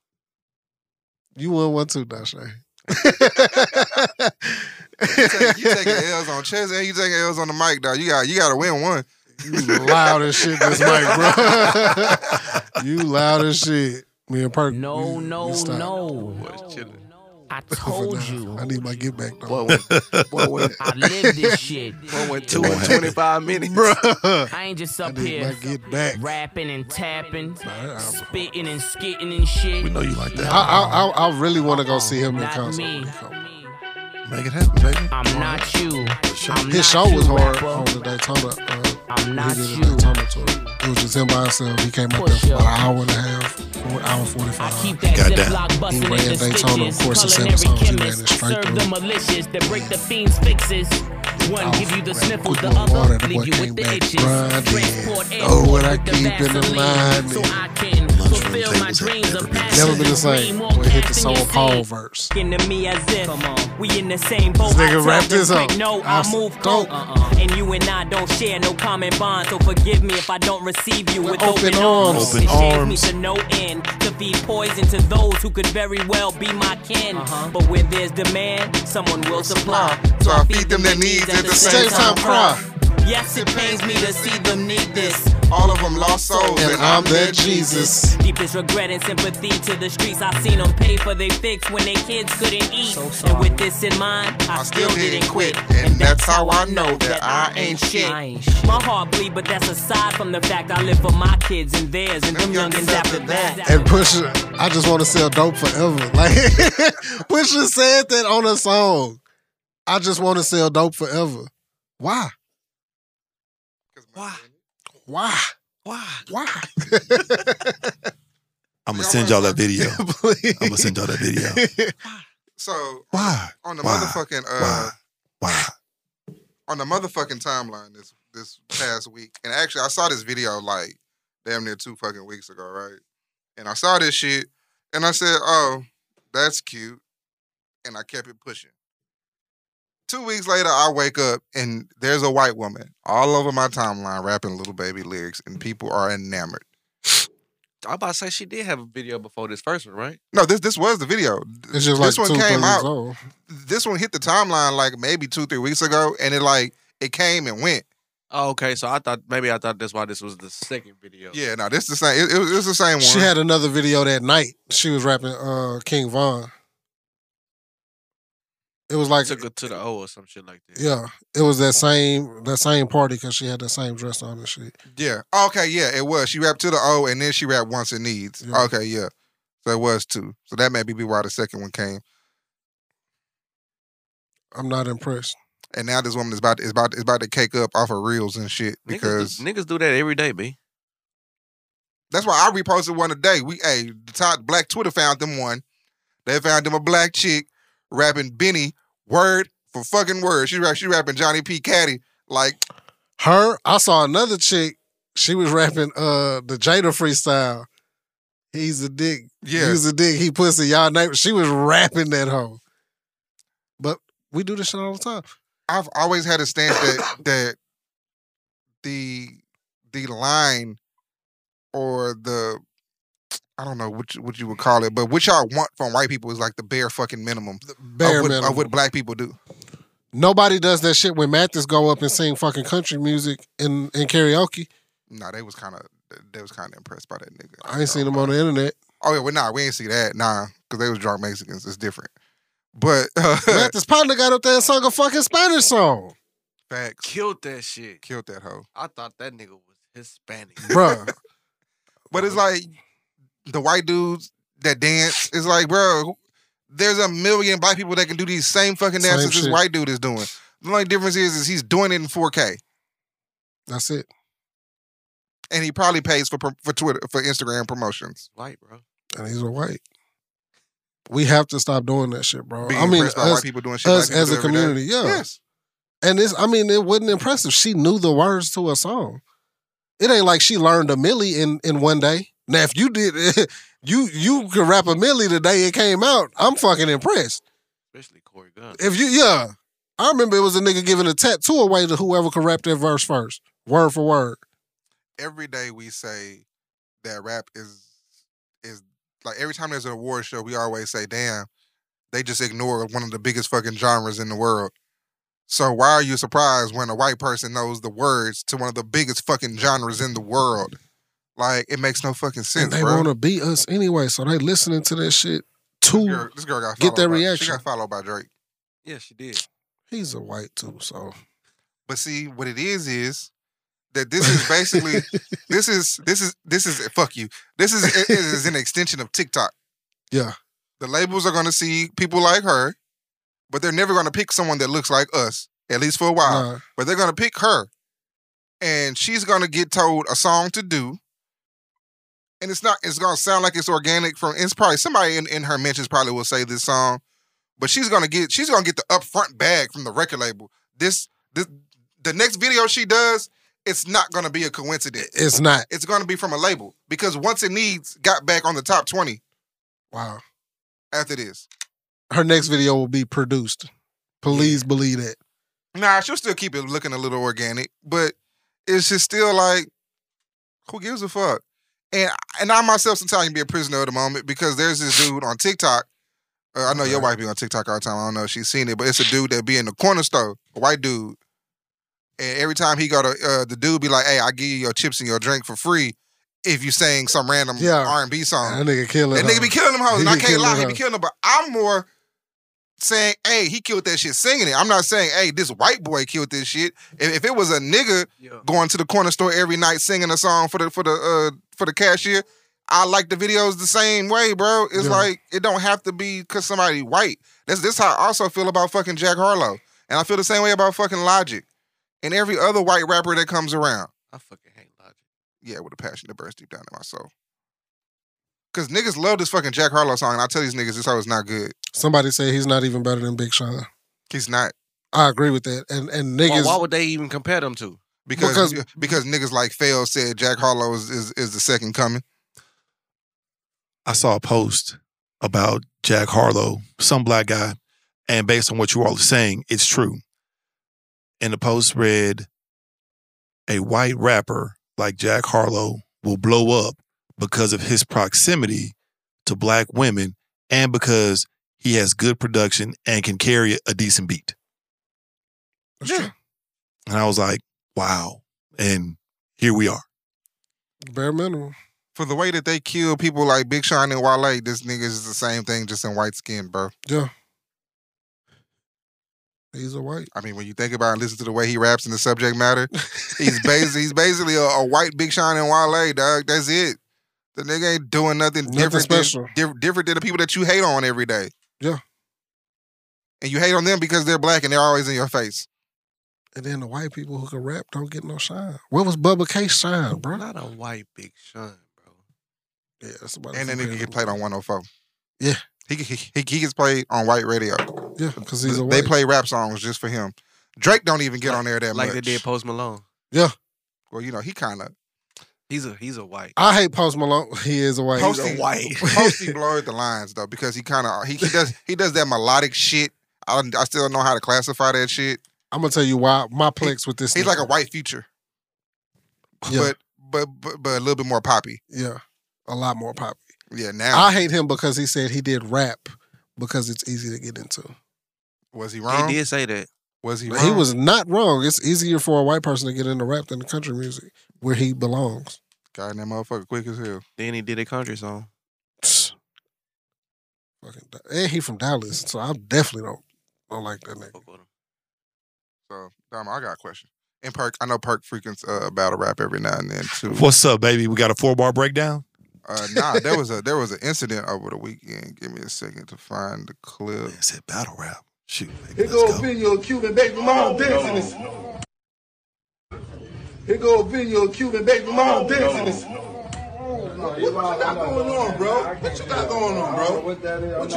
You won one too, Dashay. You, take, you taking L's on chess and you taking L's on the mic, dog. You got. You got to win one. you loud as shit, this mic, bro. you loud as shit. Me and Perk. No, we- no, we stopped. no. I For told now. you. I need my get back though. What went, what went, I live this shit. what went two What and happened? twenty five minutes? I ain't just I up need here my get back. rapping and tapping, Nah, I'm- spitting and skitting and shit. We know you like that. I, I, I, I really want to go see him in Not concert. me. when he come. Make it happen, baby. I'm not you. I'm His show not was you, hard rapper. Oh, on the Daytona. Uh, I'm he not did you. the Daytona tour. It was just him by himself. He came out there for about an hour and a half, for an hour I keep forty-five. that Goddamn. Ziploc busting He ran into Daytona, of stitches. course, in Culinary Samsung, he ran it chemists straight serve through. the malicious that break the fiend's fixes. One Oh, give you the man, sniffles, quick the little water, other the boy leave you came with the back itches. running. Transport Know airport what I with the keep in the Vaseline line. so I can Lunchroom fulfill my tables have dreams of never been passion. Never been the same. More When he hit the caffeine Soul and Paul tea. verse. to me as if we in the same boat. This I nigga tell wrapped them this quick, up. No, I I was move dope. close, and you and I don't share no common bond. So forgive me if I don't receive you with open open, arms. arms. Open it shames me arms. to no end to feed poison to those who could very well be my kin. But when there's demand, someone will supply. Uh-huh. So I feed them their needs at the same time. cry. Yes, it pains me to see them need this. All of them lost souls, And I'm that Jesus. Deepest regret and sympathy to the streets. I seen them pay for their fix when their kids couldn't eat. and with this in mind, I, I still, didn't quit. And that's how I know that I ain't shit. I ain't shit. My heart bleed, but that's aside from the fact I live for my kids and theirs and Them them youngins youngins after that. And Pusha, I just want to sell dope forever. Like Pusha said that on a song. I just want to sell dope forever. Why? Why? Why? Why? Why? I'm going to send y'all that video. Please. I'm going to send y'all that video. So Why? on the Why? motherfucking uh, Why? Why? on the motherfucking timeline this this past week, and actually I saw this video like damn near two fucking weeks ago, right? And I saw this shit, and I said, "Oh, that's cute," and I kept it pushing. Two weeks later, I wake up and there's a white woman all over my timeline rapping "Little Baby" lyrics, and people are enamored. I about to say she did have a video before this first one, right? No, this this was the video. It's just like this one two, three came years out. old. This one hit the timeline like maybe two three weeks ago, and it like it came and went. Oh, okay. So I thought maybe I thought that's why this was the second video. Yeah, no, this the same. It, it, was- it's the same one. She had another video that night. She was rapping uh, King Von. It was like took her to the O or some shit like that. yeah, it was that same that same party because she had that same dress on and shit. yeah. Okay. Yeah, it was. She rapped to the O, and then she rapped once it needs. Yeah. Okay. Yeah. So it was two. So that maybe be why the second one came. I'm not impressed. And now this woman is about is about is about to cake up off of reels and shit Because because niggas, do that every day, b. that's why I reposted one today. We hey the top black Twitter found them one. They found them a black chick rapping Benny word for fucking word. She rap she rapping Johnny P. Caddy like Her, I saw another chick. She was rapping uh the Jada freestyle. He's a dick. yeah. He's a dick. He pussy. Y'all neighbor. She was rapping that hoe. But we do this shit all the time. I've always had a stance that that the the line or the I don't know what you- what you would call it, but what y'all want from white people is like the bare fucking minimum of Bare what, of minimum. what black people do. Nobody does that shit when Mathis go up and sing fucking country music in, in karaoke. Nah, they was kind of they was kind of impressed by that nigga. I ain't seen him on the internet. Oh yeah, well nah, we ain't see that nah, because they was drunk Mexicans. It's different. But uh, Mathis partner got up there and sung a fucking Spanish song. facts Killed that shit. killed that hoe. I thought that nigga was Hispanic. Bruh. But it's Uh-huh. like the white dudes that dance. It's like, bro, who- there's a million black people that can do these same fucking Same dances this shit. white dude is doing. The only difference is, is he's doing it in 4K, That's it. and he probably pays for pro- for Twitter for Instagram promotions. Light, bro. And these are white. We have to stop doing that shit, bro. Being I mean, impressed by us, white people doing shit us black people as do a every day. community, yeah. Yes, And this, I mean, it wasn't impressive. She knew the words to a song. It ain't like she learned a millie in in one day. Now, if you did, you you could rap a millie the day it came out. I'm fucking impressed. Especially Corey Gunn. If you, yeah, I remember it was a nigga giving a tattoo away to whoever could rap that verse first, word for word. every day we say that rap is is like every time there's an award show, we always say, "Damn, they just ignore one of the biggest fucking genres in the world." So why are you surprised when a white person knows the words to one of the biggest fucking genres in the world? Like it makes no fucking And sense, they bro. want to beat us anyway, so they listening to that shit this, too. girl, this girl got Get followed that by- She reaction. got followed by Drake. Yeah, she did. He's a white too, so But see, what it is is that this is basically this is this is this is fuck you. This is it is an extension of TikTok. Yeah. The labels are going to see people like her, but they're never going to pick someone that looks like us at least for a while. nah. But they're going to pick her. And she's going to get told a song to do. And it's not it's going to sound like it's organic from it's probably somebody in, in her mentions probably will say this song, but she's going to get she's going to get the upfront bag from the record label. This this the next video she does, it's not going to be a coincidence. it's not. It's going to be from a label because once it needs got back on the top 20 Wow. after this. Her next video will be produced. Please believe that. Nah, she'll still keep it looking a little organic, but it's just still like, who gives a fuck? And and I myself sometimes can be a prisoner of the moment because there's this dude on TikTok. Uh, I know your wife be on TikTok all the time. I don't know if she's seen it, but it's a dude that be in the corner store, a white dude. And every time he go to uh, the dude be like, "Hey, I give you your chips and your drink for free if you sing some random Yeah. R and B song." That nigga killing. Oh. That nigga be killing them hoes. He And I be can't lie, killing he them be hoes. killing them. But I'm more saying, hey, he killed that shit singing it. I'm not saying, hey, this white boy killed this shit. If, if it was a nigga Yeah. going to the corner store every night singing a song for the for the uh for the cashier, I like the videos the same way, bro. It's Yeah. like it don't have to be cause somebody white. That's this how I also feel about fucking Jack Harlow. And I feel the same way about fucking Logic and every other white rapper that comes around. I fucking hate Logic. Yeah, with a passion that burns deep down in my soul. Cause niggas love this fucking Jack Harlow song, and I tell these niggas this hoe is not good. Somebody said he's not even better than Big Sean. He's not. I agree with that. And and niggas, why would they even compare them to? Because because, niggas like Fail said Jack Harlow is, is, is the second coming. I saw a post about Jack Harlow, some black guy, and based on what you all are saying, it's true. And the post read, a white rapper like Jack Harlow will blow up because of his proximity to black women and because he has good production and can carry a decent beat. yeah. And I was like, wow. And here we are. bare minimum. For the way that they kill people like Big Sean and Wale, this nigga is the same thing, just in white skin, bro. Yeah. He's a white. I mean, when you think about and listen to the way he raps and the subject matter, he's basically he's basically a, a white Big Sean and Wale, dog. That's it. The nigga ain't doing nothing, Nothing different, special. Than, diff- different than the people that you hate on every day. Yeah. And you hate on them because they're black and they're always in your face. And then the white people who can rap don't get no shine. Where was Bubba K shine, bro? Not a white Big Sean, bro. Yeah, that's about And then he get played on 104. Yeah. He, he, he he gets played on white radio. Yeah, because he's a they white. play rap songs just for him. Drake don't even get on there that Like much. they did Post Malone. Well, you know, he kind of He's a he's a white. I hate Post Malone. He is a white. Posty- He's a Posty blurred the lines though because he kind of he, he does he does that melodic shit. I, don't- I still don't know how to classify that shit. I'm gonna tell you why my plex with this. He's nigga. like a white future, Yeah. but, but but but a little bit more poppy. yeah, a lot more pop. Yeah, now I hate him because he said he did rap because it's easy to get into. was he wrong? He did say that. Was he But wrong? he was not wrong. It's easier for a white person to get into rap than country music where he belongs. God, that motherfucker quick as hell. Then he did a country song. Fucking, Da- and he from Dallas, so I definitely don't don't like that nigga. Fuck with him. So, Dom, I got a question. And Perk, I know Perk frequents uh, battle rap every now and then too. What's up, baby? We got a four bar breakdown? Uh, nah, there was a there was an incident over the weekend. Give me a second to find the clip. It said battle rap. Shoot, baby, let's go. video of Cuban baby mom dancing this. Here go a video of Cuban baby mom dancing this. What, what you got going on, bro? What you got going on, bro? What you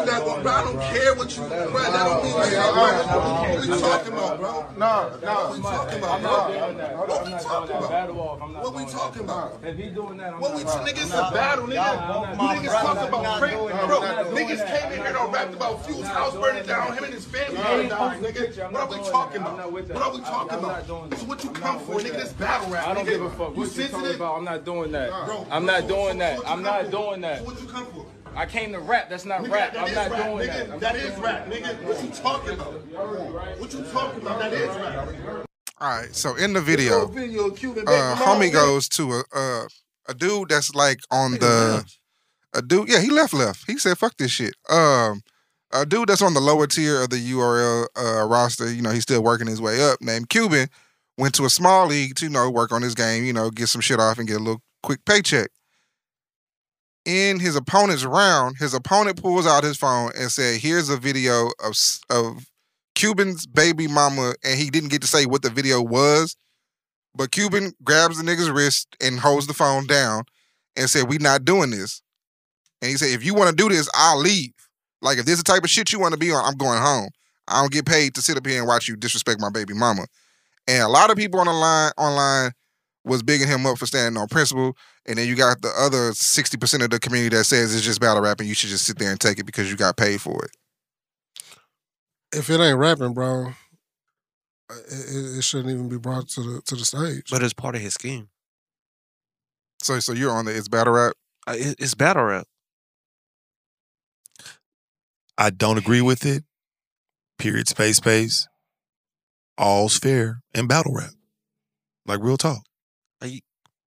got going on? Bro, I don't care what you, bro. That don't mean like that, bro. What you talking about, bro? No, no. What we talking about, bro? What we talking about? What we talking about? What we niggas it's a battle, nigga. You niggas talk about rape, bro. Niggas came in here and rapped about Fuse house burning down, him and his family burning down, nigga. What are we talking about? What are we talking about? This is what you come for, nigga. This battle rap, nigga. I don't give a fuck. You sensitive? I'm not doing that. Bro, I'm not so- doing so that. what you I'm come not for? doing that. So what you come for? I came to rap. That's not Nigga, rap. that I'm is not rap, doing nigga. that. I'm That not is doing rap, nigga. What you talking about? What you talking about? That is rap. All right, so in the video, Video Cuban baby uh, mama homie goes to a uh, a dude that's like on the a dude. Yeah, he left. Left. He said, "Fuck this shit." Um, a dude that's on the lower tier of the URL uh, roster. You know, he's still working his way up. Named Cuban went to a small league to you know work on his game. You know, get some shit off and get a little quick paycheck. In his opponent's round, his opponent pulls out his phone and said, "Here's a video of s- of Cuban's baby mama," and he didn't get to say what the video was. But Cuban grabs the nigga's wrist and holds the phone down and said, We not doing this. And he said, If you want to do this, I'll leave. Like, if this is the type of shit you want to be on, I'm going home. I don't get paid to sit up here and watch you disrespect my baby mama. And a lot of people on the line online was bigging him up for standing on principle. And then you got the other 60% of the community that says it's just battle rap and you should just sit there and take it because you got paid for it. If it ain't rapping, bro, it, it, it shouldn't even be brought to the to the stage. But it's part of his scheme. So so you're on the it's battle rap. Uh, it- It's battle rap. I don't agree with it. Period, space, space. All's fair in battle rap. Like real talk.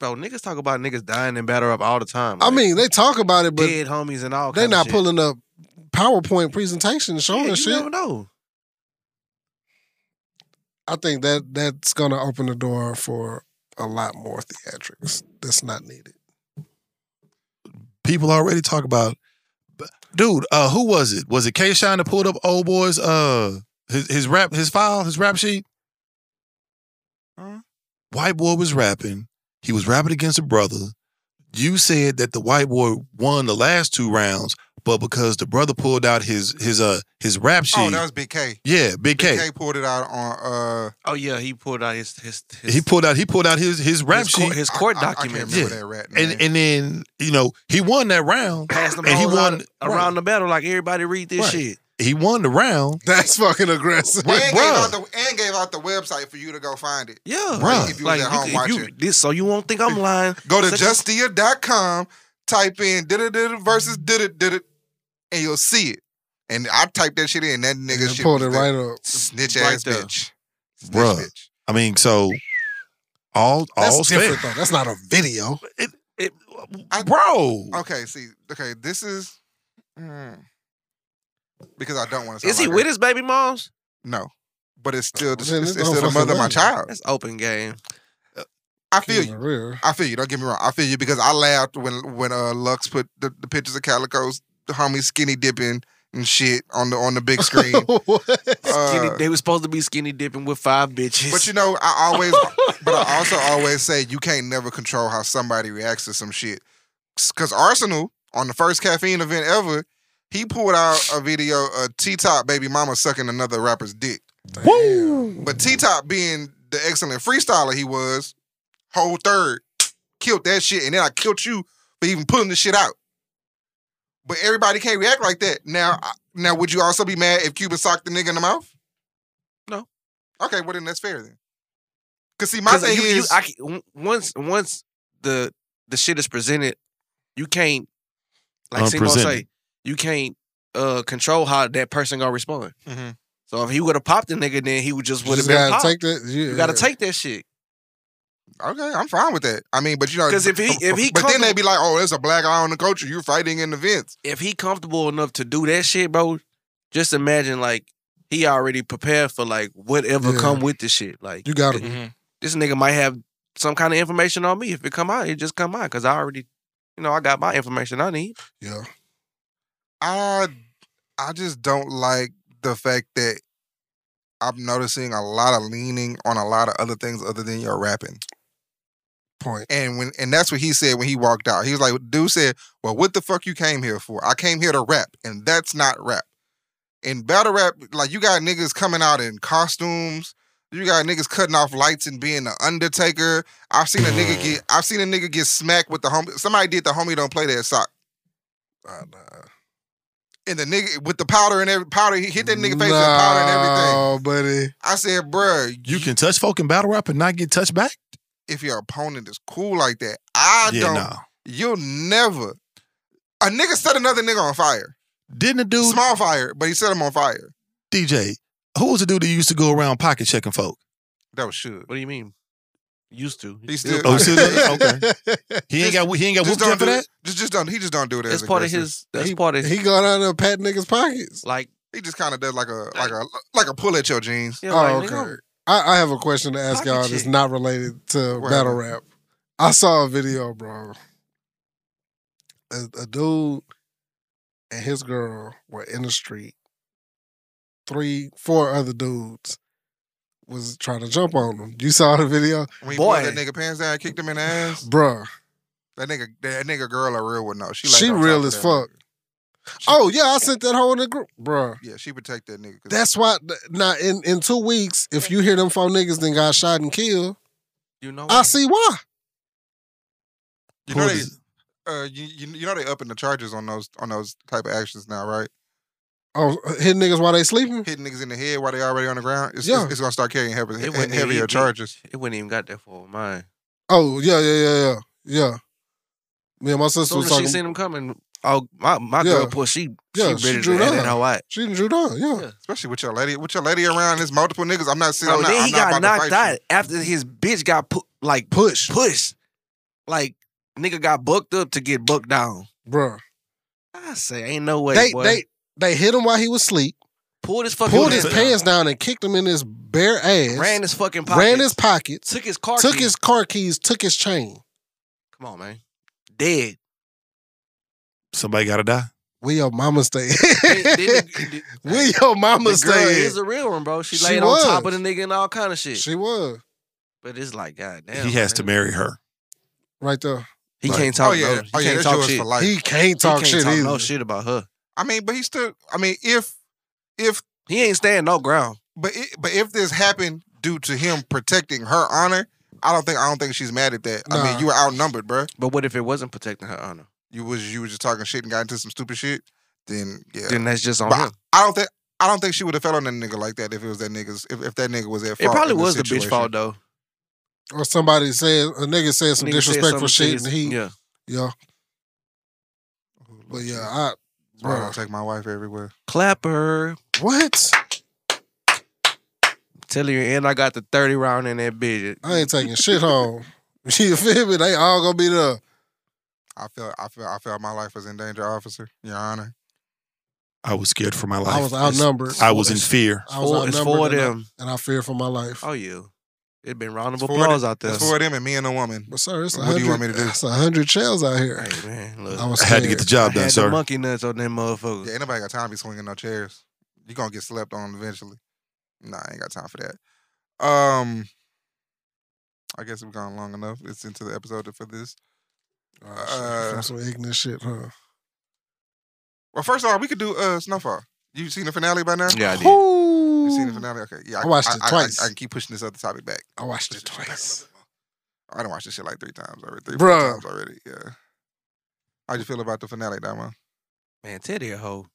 Bro, niggas talk about niggas dying in battle rap all the time. I Like, mean, they talk about it, but dead homies and all. they kind of not shit. pulling up PowerPoint presentations Yeah, showing you shit. never know. I think that that's gonna open the door for a lot more theatrics that's not needed. People already talk about dude, uh, who was it? Was it K Shine that pulled up old boys uh his, his rap his file, his rap sheet? White boy was rapping. He was rapping against a brother. you said that the white boy won the last two rounds, but because the brother pulled out his his uh his rap sheet. Oh, that was Big K. yeah, Big, K. K pulled it out on uh Oh yeah, he pulled out his his, his He pulled out he pulled out his his rap his sheet. court, his court I- I- I can't document. remember that rat name. and and then, you know, he won that round. Passed them and he all out won around the battle like everybody read this Right. shit. he won the round. That's fucking aggressive. What, and, gave bruh? out the, and gave out the website for you to go find it. Yeah, Bruh. If you was at home if you- watching. this, so you won't think I'm lying. Go to Such a- justia.com, type in da da da versus da da da and you'll see it. And I typed that shit in, that nigga Nigga shit pulled it was that right up. Snitch Right ass there. bitch. Snitch Bruh. bitch. I mean, so all That's all different fair. though. That's not a video. I- Bro. Okay, see, okay, this is mm, because I don't want to. Is he with his baby moms? No, but it's still it's, Then it's it don't still the fucking mother of my matter. child. That's open game. I feel Keanu you. Reeves. I feel you. Don't get me wrong. I feel you because I laughed when when uh Lux put the, the pictures of Calico's the homie skinny dipping and shit on the on the big screen. Skinny- Uh, they were supposed to be skinny dipping with five bitches. But you know, I always, but I also always say you can't never control how somebody reacts to some shit. Because Arsenal on the first caffeine event ever, he pulled out a video of T Top baby mama sucking another rapper's dick. Woo! But T Top being the excellent freestyler he was, whole third killed that shit, and then I killed you for even pulling the shit out. But everybody can't react like that. Now, I- now would you also be mad if Cuban socked the nigga in the mouth? No. Okay, well then that's fair then. Cause see, my 'Cause thing you- you- is, I c- w- once once the the shit is presented, you can't like Simo Unpresented. say, you can't uh control how that person gonna respond. Mhm. So if he would have popped the nigga, then he would just You would have just been gotta popped. take that. Yeah. you gotta take that shit. okay, I'm fine with that. I mean, but you know, 'Cause if he- if he but then comfortable- they be like, oh, there's a black eye on the culture. You're fighting in events. If he comfortable enough to do that shit, bro, just imagine like he already prepared for like whatever Yeah. come with the shit. Like You gotta. this nigga might have some kind of information on me. If it come out, it just come out because I already, you know, I got my information I need. Yeah. I, I just don't like the fact that I'm noticing a lot of leaning on a lot of other things other than your rapping. Point. And when and that's what he said when he walked out. He was like, dude said, Well, what the fuck you came here for? I came here to rap, and that's not rap. In battle rap, like you got niggas coming out in costumes. You got niggas cutting off lights and being the Undertaker. I've seen a Mm-hmm. nigga get I've seen a nigga get smacked with the homie. Somebody did the homie don't play that sock. Uh, And the nigga with the powder and every powder, he hit that nigga face with powder and everything. Nah, buddy. I said, bruh, um, You can touch folk in battle rap and not get touched back? if your opponent is cool like that, I yeah, don't nah. You'll never. A nigga set another nigga on fire. Didn't the dude Small fire, but he set him on fire. DJ, who was the dude that used to go around pocket checking folk? That was should. What do you mean? Used to. He still. Oh, he still do it? Okay. He ain't Just- got he ain't got just whooped don't up for do that. it. Just, just don't. He just don't do it. That's as part of aggressive. his. That's part of his. He go down there and pat niggas' pockets. like, He just kind of does like a like a like a pull at your jeans. yeah, Oh, like, okay. nigga, I, I have a question to ask Pocket y'all that's check. not related to What battle rap. happened? I saw a video, bro. A, a dude and his girl were in the street. Three, four other dudes was trying to jump on them. You saw the video, When he Boy. pulled that nigga pants down, kicked him in the ass. Bruh. That nigga, that nigga girl, are real would know. She like She on top real of as that fuck. nigga. Oh yeah, I sent that whole in the group, Bruh. Yeah, she protect that nigga. 'cause That's why. Now in in two weeks, if you hear them four niggas then got shot and killed, you know. I see why. you Who know was they, it? uh, you, you you know they upping the charges on those on those type of actions now, right? Oh, hit niggas while they sleeping. Hitting niggas in the head while they already on the ground. It's, Yeah. it's, it's gonna start carrying heavy, It wouldn't- heavier it- charges. It wouldn't even got that far. Mine. Oh yeah, yeah, yeah, yeah, yeah. Me and my As sister soon was as talking. she seen him coming, oh my my Yeah. girl, pull she Yeah, she she ready drew to down. edit her out. She didn't drew down. Yeah. Yeah. Especially with your lady, with your lady around, there's multiple niggas. I'm not saying Bro, I'm not, Oh, then I'm he not got about to knocked fight out you. after his bitch got pu- like pushed, pushed, like nigga got bucked up to get bucked down. bruh. I say, ain't no way. they boy. they they hit him while he was asleep. pulled his fucking Pulled his pants pants down and kicked him in his bare ass. down, ran his fucking pocket, ran his pockets. took his car, Took keys. his car keys. Took his chain. Come on, man, dead. Somebody gotta die. Where your mama stay? Then- then the- the- Where your mama the girl stay? is a real one, bro. She, She laid was. on top of the nigga and all kind of shit. She was but it's like, goddamn, he has to man. marry her. right there. He Like- can't talk. Oh, yeah. No, he Oh, yeah, can't that's talk yours shit. for life. He can't talk he can't shit talk either. no shit about her. I mean, but he still. I mean, if if He ain't stand no ground. but it, but if this happened due to him protecting her honor, I don't think I don't think she's mad at that. I Nah. mean, you were outnumbered, bruh. But what if it wasn't protecting her honor? You was you was just talking shit and got into some stupid shit. Then yeah, Then that's just on but I, him. I don't think. I don't think she would have fell on that nigga like that if it was that nigga's if, if that nigga was at fault. It probably in this was the bitch situation. fault though. Or somebody said a nigga said some Nigga said disrespectful something shit, to and his- he yeah. yeah. But yeah, I That's why I bruh. don't take my wife everywhere. Clapper, what? tell you, and I got the thirty round in that bitch. I ain't taking shit home. You feel me? They all gonna be there. I feel I feel I felt my life was in danger, officer. Your honor. I was scared for my life. I was outnumbered. I was in fear. I was Four- it's four of outnumbered, and I- them. and I fear for my life. Oh yeah, it been round of It's four applause out there. It's for them and me and a woman. But sir, it's a What do you want me hundred. to do? It's a hundred shells out here. Hey man, look, I was I had to get the scared. job I done, had the sir. monkey nuts on that motherfucker. Yeah, ain't nobody got time to be swinging no chairs. You gonna get slept on eventually. Nah, I ain't got time for that. Um, I guess we've gone long enough. It's into the episode for this. Oh, shit. Uh, Some ignorant shit, huh? Well, first of all, we could do uh Snowfall. You seen the finale by now? Yeah, I did. You Ooh. seen the finale? Okay. Yeah, I watched it I- twice. I, can keep pushing this other topic back. I watched it twice. I don't watch this shit like three times already. Three Bruh. four times already. Yeah. How'd you feel about the finale, Damo? Man, Teddy a hoe.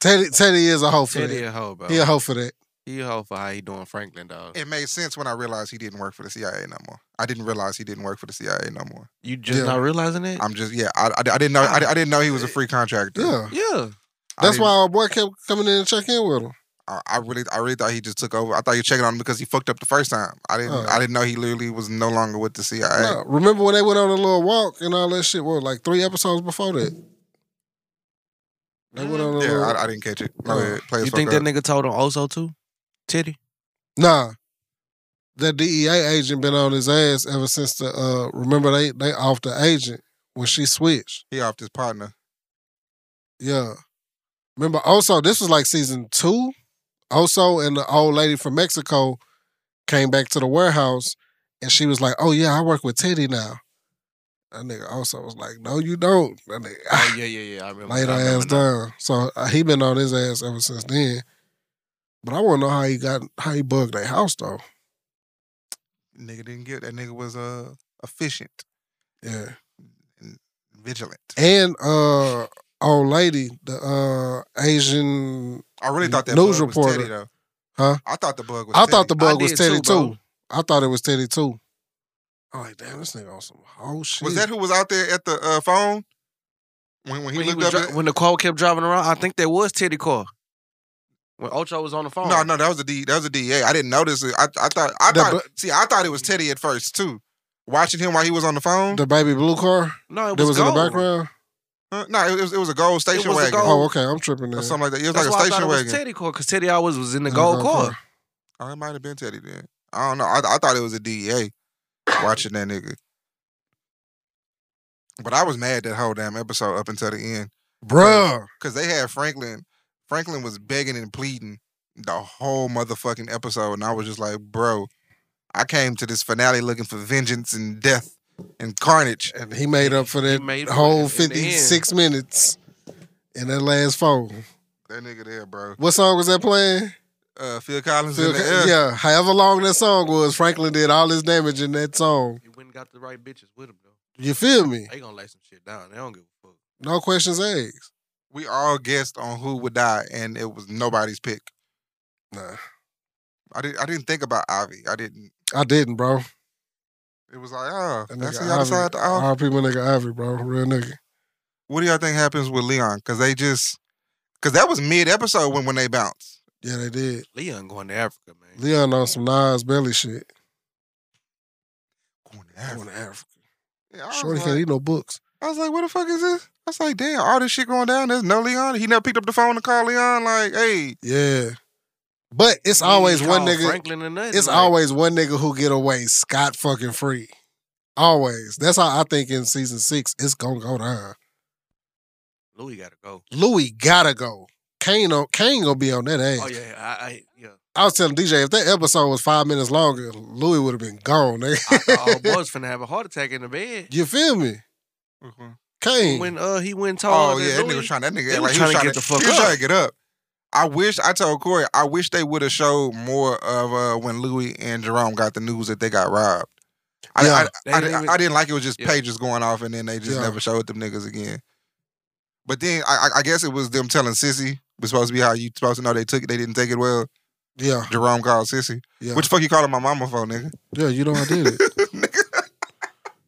Teddy, Teddy is a hoe for Teddy that. a hoe, bro. He a hoe for that. He a hoe for how he doing Franklin, dog. It made sense when I realized he didn't work for the CIA no more. I didn't realize he didn't work for the CIA no more. You just Yeah. not realizing it? I'm just yeah. I, I, I didn't know. I, I didn't know he was a free contractor. Yeah. yeah. I That's didn't- why our boy kept coming in and check in with him. I, I really, I really thought he just took over. I thought he was checking on him because he fucked up the first time. I didn't. Oh. I didn't know he literally was no longer with the CIA. No, remember when they went on a little walk and all that shit? Well, like three episodes before that. They went on a Yeah, little. I, I didn't catch it. Go No. ahead. Play You his think fuck that up. nigga told him also too? Teddy? nah, that DEA agent been on his ass ever since the. Uh, remember they they off the agent when she switched. he off his partner? Yeah, remember also this was like season two. Also, and the old lady from Mexico came back to the warehouse, and she was like, "Oh yeah, I work with Teddy now." That nigga also was like, "No, you don't." That nigga, Oh yeah, yeah, yeah. I remember. Ah. laid her ass down. So uh, he been on his ass ever since then. But I want to know how he got how he bugged that house though. Nigga didn't get that. Nigga was uh efficient, Yeah, vigilant. and uh, old lady, the uh Asian, I really thought that News bug was reporter. Teddy though. Huh? I thought the bug was. I thought the Teddy. bug was Teddy too. bro. I thought it was Teddy too. I'm like, damn, this nigga on some whole shit. was that who was out there at the uh, phone when when he When, he looked was up. dri- when the car kept driving around, I think that was Teddy car. When Ocho was on the phone. No, no, that was a D. That was a DEA. I didn't notice it. I, I thought. I The thought. bu- see, I thought it was Teddy at first too. Watching him while he was on the phone. the baby blue car no, it that was, was in the gold. background? Huh? no, it was it was a gold station was a wagon gold- Oh, okay, I'm tripping. or Then. something like that. It was That's like a why I thought station it was wagon. Teddy car because Teddy always was in the In the gold gold car. car. Oh, it might have been Teddy then. I don't know. I, I thought it was a DEA watching that nigga. But I was mad that whole damn episode up until the end Bruh, because they had Franklin. Franklin was begging and pleading the whole motherfucking episode, and I was just like, bro, I came to this finale looking for vengeance and death and carnage. and he made up for that made up whole in the end. fifty six minutes in that last four. That nigga there, bro. What song was that playing? Uh, Phil Collins Phil in the Co- air. yeah, however long that song was, Franklin did all his damage in that song. You went and got the right bitches with him though. You feel me? They gonna lay some shit down. They don't give a fuck. No questions asked. We all guessed on who would die, and it was nobody's pick. Nah, I didn't. I didn't think about Avi. I didn't. I didn't, bro. It was like, oh, That that's nigga the other side of the aisle. Ivory. RP my nigga Ivory, bro. Real nigga. What do y'all think happens with Leon? Because they just, because that was mid episode when when they bounced. Yeah, they did. Leon going to Africa, man. Leon on some Nas belly shit. Going to Going Africa. to Africa. Yeah, I, was Shorty can't like, eat no books. I was like, what the fuck is this? I was like, damn, all this shit going down. There's no Leon. He never picked up the phone to call Leon. Like, hey, Yeah, but it's always He one called nigga. Franklin and nothing. It's like, always one nigga who get away scot fucking free. Always. That's how I think in season six it's gonna go down. Louis gotta go. Louis gotta go. Kane, on, Kane gonna be on that ass. Oh, Oh yeah, I, I yeah. I was telling DJ if that episode was five minutes longer, Louis would have been gone. nigga. Oh, boy's finna have a heart attack in the bed. you feel me? Mm-hmm. Kane. When uh he went tall. Oh yeah, that nigga was trying. That nigga They act was like he trying was trying to get to, the fuck he was up. trying to get up. I wish I told Corey. I wish they would have showed more of uh, when Louis and Jerome got the news that they got robbed. I, Yeah. I, I, They didn't I- even- I didn't like it was just Yeah. pages going off and then they just Yeah. never showed them niggas again. But then I, I- I guess it was them telling Sissy was supposed to be how you supposed to know they took it. They didn't take it well. Yeah, Jerome called Sissy. yeah, What the fuck you calling my mama for, nigga? yeah. You know I did it.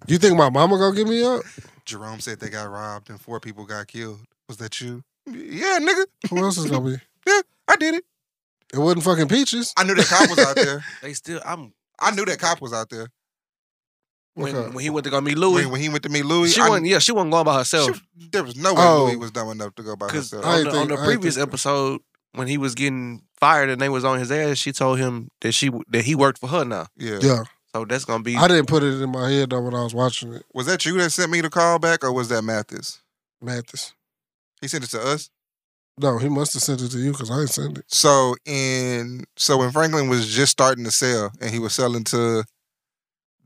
you think my mama gonna give me up? Jerome said they got robbed and four people got killed. Was that you? Yeah, nigga. Who else is gonna be? Yeah, I did it. It wasn't fucking peaches. I knew that cop was out there. They still I'm I knew that cop was out there. when, Okay. when he went to go meet Louis. When, when he went to meet Louis, she I- wasn't yeah, she wasn't going by herself. she- there was no way Oh. Louis was dumb enough to go by Because herself. I on, ain't the- think- on the I ain't previous think- episode, when he was getting fired and they was on his ass, she told him that she that he worked for her now. yeah. Yeah, So that's gonna be I didn't put it in my head though when I was watching it. Was that you that sent me the call back, or was that Mathis? Mathis. He sent it to us. No, he must have sent it to you because I didn't send it. So in so when Franklin was just starting to sell, and he was selling to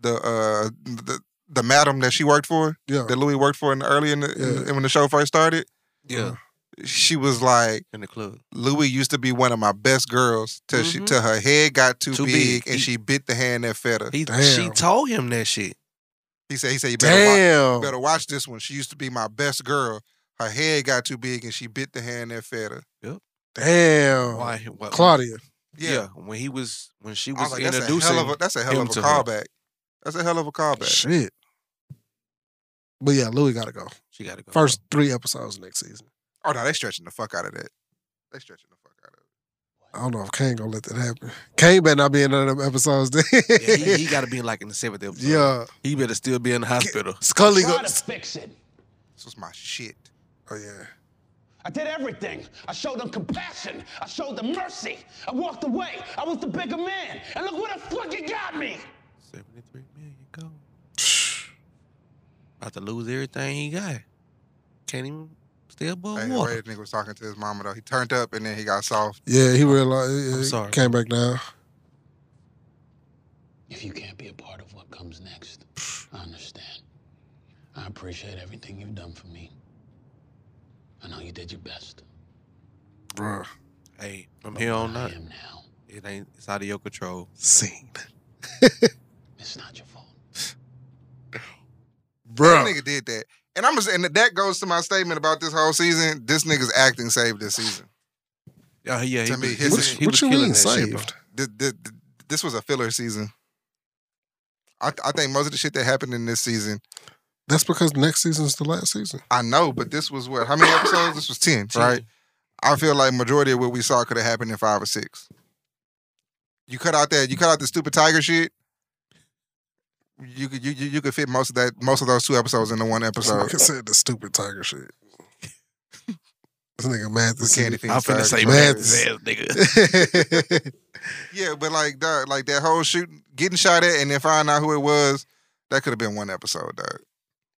the uh the the madam that she worked for, Yeah, that Louis worked for in the early in the, in- when the show first started, yeah she was like, in the club. Louis used to be one of my best girls till she Mhm. till her head got too, Too big, big. and He- she bit the hand that fed her. He, He Damn. she told him that shit. said he said you better watch Oh. damn. better watch this one. She used to be my best girl. Her head got too big and she bit the hand that fed her. Damn. Why what, Claudia. Yeah. when he was when she I was, was like, that's a introducing hell of a that's a hell him of a to her. callback. That's a hell of a callback. Shit. But yeah, Louis gotta go. she gotta go. First three episodes next season. Oh no, they stretching the fuck out of that. They stretching the fuck out of it. I don't know if Kane gonna let that happen. Kane better not be in none of them episodes. then. Yeah, he, he gotta be like in the seventh episode. yeah. He better still be in the hospital. Scully go. This was my shit. Oh yeah. I did everything. I showed them compassion. I showed them mercy. I walked away. I was the bigger man. And look what the fuck it got me. 73 million, go. About to lose everything he got. Can't even stay above Hey, the way water. that nigga was talking to his mama though. He turned up and then he got soft. Yeah, he realized yeah, he sorry. came back down. If you can't be a part of what comes next, I understand. I appreciate everything you've done for me. I know you did your best. Bruh. Hey, from here on I out, am now. it ain't it's out of your control. Scene. It's not your fault. Oh. Bruh. That nigga did that. And I'm just, and that goes to my statement about this whole season. This nigga's acting saved this season. Yeah, yeah, he, To me, was- his- he was, What- he was what you killing mean that shit, bro. saved? Th- th- th- This was a filler season. I, I think most of the shit that happened in this season That's because next season's the last season. I know, but this was what? How many episodes? this was 10, right? I feel like majority of what we saw could have happened in five or six. You cut out that you cut out the stupid tiger shit. You could you you, you could fit most of that most of those two episodes into one This episode. nigga said the stupid tiger shit. This nigga mad to With see. Candy Fiend I'm Tiger. finna say Man, man, nigga. Yeah, but like dog, like that whole shooting, getting shot at, and then finding out who it was. That could have been one episode, dog.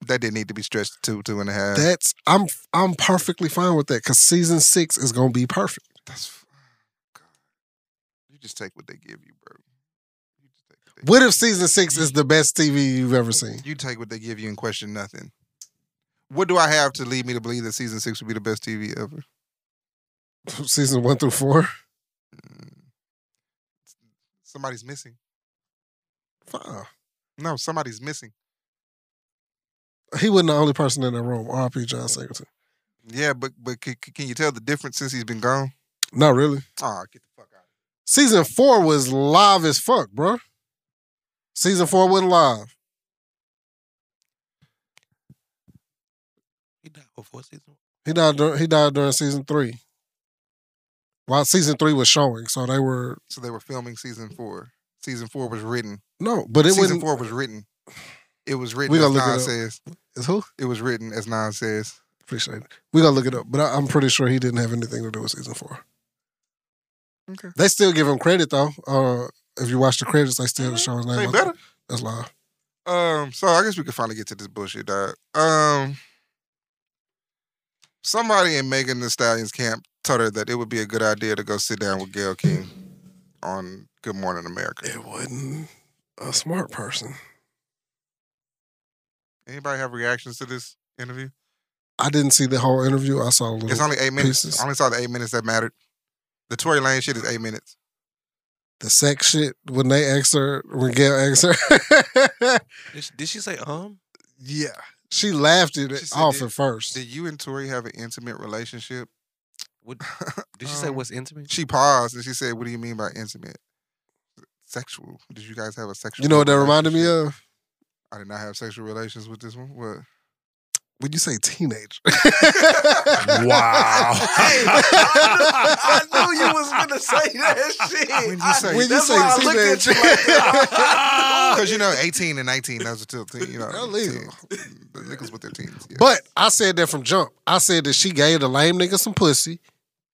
That didn't need to be stretched to two, two and a half. That's I'm I'm perfectly fine with that because season six is gonna be perfect. That's f- God. You just take what they give you, bro. You just take what they What give if you. season six is the best TV you've ever seen? You take what they give you and question nothing. What do I have to lead me to believe that season six would be the best TV ever? Season one through four. Mm. Somebody's missing. Fuck. No, somebody's missing. He wasn't the only person in that room. R.P. John Singleton. Yeah, but but c- c- can you tell the difference since he's been gone? Not really. Oh, get the fuck out. Season four was live as fuck, bro. Season four wasn't live. He died before season one. He died. Dur- he died during season three. While season three was showing, so they were So they were filming season four. Season four was written. no, but it wasn't. season four was written. It was written We as gonna look it Nas up. says. Is who? It was written as Nas says. Appreciate it. We gotta look it up, but I, I'm pretty sure he didn't have anything to do with season four. Okay. They still give him credit though. Uh, if you watch the credits, they still show his name. They on- better. That's live. Um, so I guess we could finally get to this bullshit, dog. Um, somebody in Megan the Stallion's camp told her that it would be a good idea to go sit down with Gail King. on Good Morning America. It wasn't a smart person. Anybody have reactions to this interview? I didn't see the whole interview. I saw a little. It's only eight minutes. pieces. I only saw the eight minutes that mattered. The Tory Lane shit is eight minutes. the sex shit when they asked her, when Gail asked her. Did she, did she say um? yeah. She laughed it She said, off "Did- at first. Did you and Tori have an intimate relationship? What- Did she say Um, what's intimate? She paused and she said, "What do you mean by intimate? Sexual? Did you guys have a sexual? you know what that reminded me relationship?" of? I did not have sexual relations with this one. What? When you say teenager. Wow. I knew, I knew you was gonna say that shit. When you I- say- when you that's say why I looked at you like that. Because you know, eighteen and nineteen, those are still teen. You know, Illegal. teen. The niggas with their teens. yeah. But I said that from jump. I said that she gave the lame nigga some pussy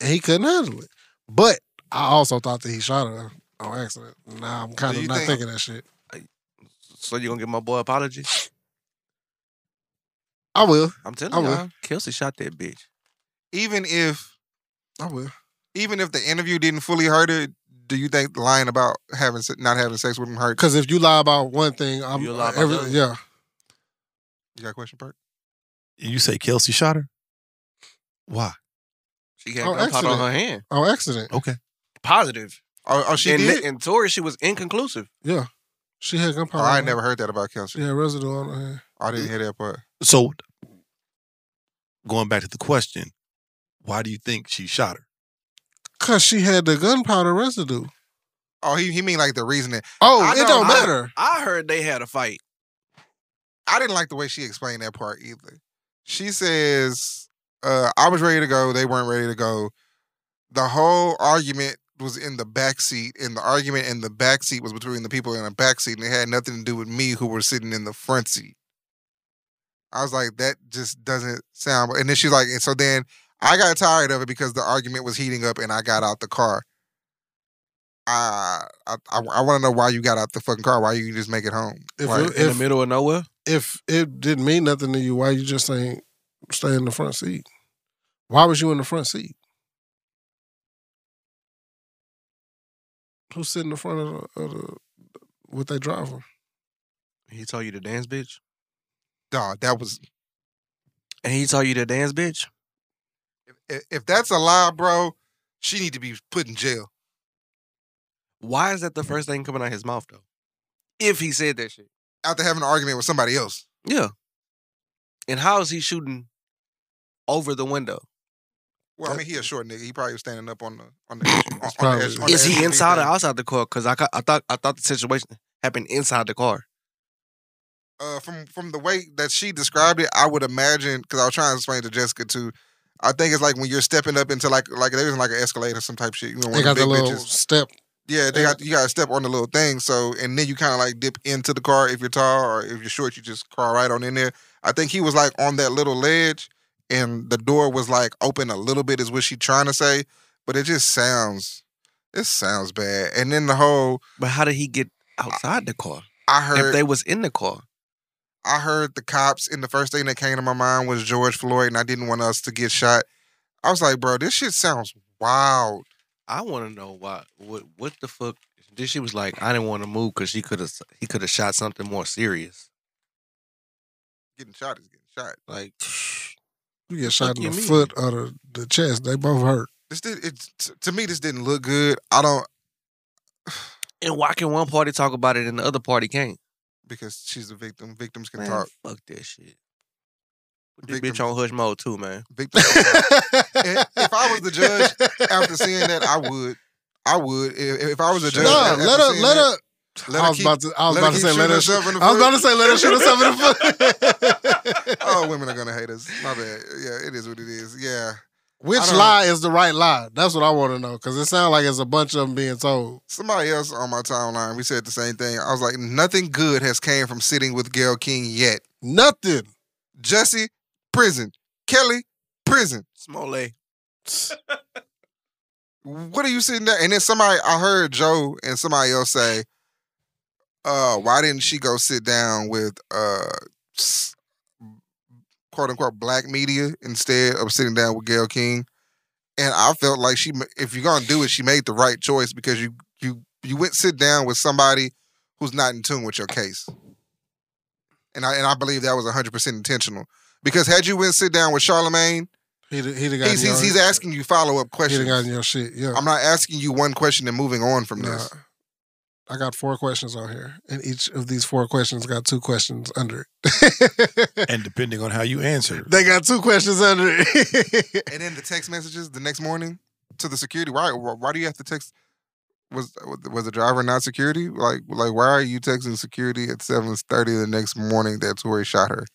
and he couldn't handle it. But I also thought that he shot her on accident. Now I'm kind Do of you not think- thinking that shit. so you gonna give my boy apology? I will. I'm telling I you, will. y'all, Kelsey shot that bitch. even if I will. even if the interview didn't fully hurt her, do you think lying about having se- not having sex with him hurt? Because if you lie about one thing, I'm You lie about every- the other. yeah. You got a question, Perk? You say Kelsey shot her? Why? She had Oh, gunpowder on excellent. her hand. On accident. Okay. Positive. Oh, oh she and, did. and Tori, she was inconclusive. Yeah. She had oh, gunpowder. I on her. never heard that about Kelsey. She had residue on her hand. I didn't hear that part. So going back to the question, why do you think she shot her? Cause she had the gunpowder residue. Oh, he he mean like the reasoning. Oh, I it know, don't I- matter. I heard they had a fight. I didn't like the way she explained that part either. She says, uh, "I was ready to go. They weren't ready to go. The whole argument was in the back seat, and the argument in the back seat was between the people in the back seat, and it had nothing to do with me who were sitting in the front seat." I was like, "That just doesn't sound." And then she's like, "And so then I got tired of it because the argument was heating up, and I got out the car." I I, I, want to know why you got out the fucking car. Why you just make it home? If Like, it- In the middle of nowhere. If it didn't mean nothing to you, why you just ain't stay in the front seat? Why was you in the front seat? Who's sitting in front of the, of the with their driver? He told you to dance, bitch. dog, that was And he told you to dance, bitch. if, if that's a lie, bro, she need to be put in jail. Why is that the first thing coming out of his mouth though? If he said that shit. After having an argument with somebody else, Yeah. And how is he shooting over the window? well, I mean, he a short nigga. He probably was standing up on the on the, on, on probably- the, edge- on the Is edge of he the inside or thing. outside the car? Because I, ca- I thought I thought the situation happened inside the car. Uh, from from the way that she described it, I would imagine because I was trying to explain to Jessica too. I think it's like when you're stepping up into like like they was in like an escalator or some type shit. You know, one They of got the the big little bitches. step. Yeah, they got you got to step on the little thing. So and then you kind of like dip into the car if you're tall or if you're short, you just crawl right on in there. I think he was like on that little ledge, and the door was like open a little bit is what she trying to say, but it just sounds, it sounds bad. And then the whole But how did he get outside the car? I if heard they was in the car. I heard the cops, and the first thing that came to my mind was George Floyd, and I didn't want us to get shot. I was like, bro, this shit sounds wild. I want to know why. What what the fuck? This she was like, I didn't want to move because she could have. He could have shot something more serious. Getting shot is getting shot. Like You get Fuck shot in you the mean? foot or the, the chest. They both hurt. This did it t- to me. This didn't look good. I don't And why can one party talk about it and the other party can't? because she's a victim. Victims can Man, talk. fuck that shit. Put this Victims- bitch on hush mode too, man. Victims can talk. if if I was the judge after seeing that, I would. I would. If, if I was a no, judge, after let her, seeing let that, her. let I was keep- about to. I was let her about to keep say let shooting her. herself in shoot- the I was foot. about to say let her shoot herself in the foot. Oh, women are gonna hate us. My bad. Yeah, it is what it is. Yeah, I Which don't- lie is the right lie? That's what I want to know because it sounds like it's a bunch of them being told. somebody else on my timeline, we said the same thing. I was like, nothing good has came from sitting with Gail King yet. Nothing. Jesse, prison. Kelly, prison. Smollett. What are you sitting there? And then somebody, I heard Joe and somebody else say, "Uh, why didn't she go sit down with uh, s- quote unquote black media instead of sitting down with Gail King?" And I felt like she, ma- if you're gonna do it, she made the right choice because you you you went sit down with somebody who's not in tune with your case. And I and I believe that was 100% intentional. Because had you went sit down with Charlemagne, He'd, he'd have gotten he's, he's, he's asking you follow up He'd questions. have gotten your shit. Yeah, I'm not asking you one question and moving on from Nah. this. I got four questions on here, and each of these four questions got two questions under it. and depending on how you answer, They got two questions under it. And then the text messages the next morning to the security. Why? Why why do you have to text? Was was the driver not security? Like like why are you texting security at seven thirty the next morning that Tori shot her?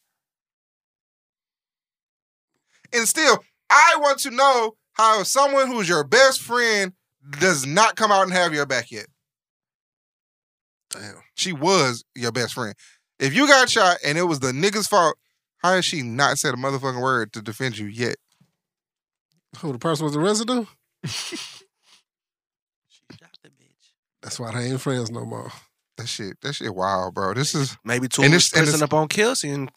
And still, I want to know how someone who's your best friend does not come out and have your back yet. Damn. She was your best friend. If you got shot and it was the nigga's fault, how has she not said a motherfucking word to defend you yet? Who the person with the residue? She shot the bitch. That's why they ain't friends no more. That shit, that shit, wild, bro. This is Maybe two And it's- and pressing it's- up on Kelsey and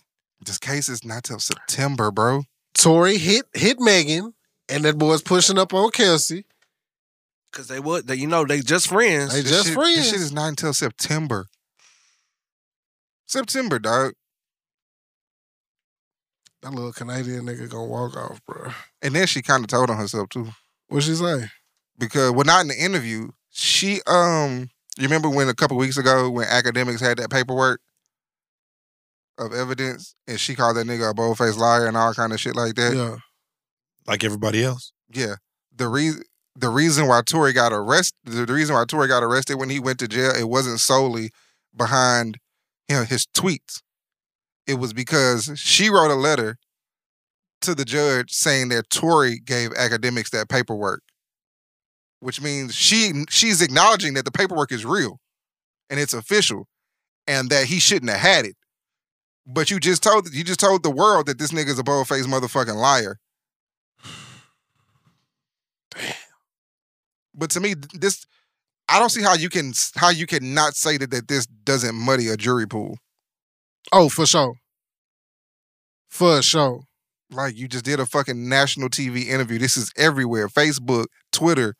this case is not till September, bro. Tori hit hit Megan, and that boy's pushing up on Kelsey. because they would, they, you know, they just friends. They This just shit, friends. This shit is not until September. September, dog. that little Canadian nigga gonna walk off, bro. And then she kind of told on herself too, What she say? because well, not in the interview. She um, you remember when a couple weeks ago when academics had that paperwork of evidence, and she called that nigga a bold faced liar and all kind of shit like that. Yeah, like everybody else. Yeah. The reason the reason why Tory got arrested the reason why Tory got arrested when he went to jail, it wasn't solely behind you know, his tweets. It was because she wrote a letter to the judge saying that Tory gave academics that paperwork. Which means she she's acknowledging that the paperwork is real and it's official and that he shouldn't have had it. But you just told you just told the world that this nigga's a bold faced motherfucking liar. But to me, th- this I don't see how you can how you can not say that that this doesn't muddy a jury pool. Oh, for sure. For sure. Like you just did a fucking national TV interview. This is everywhere: Facebook, Twitter,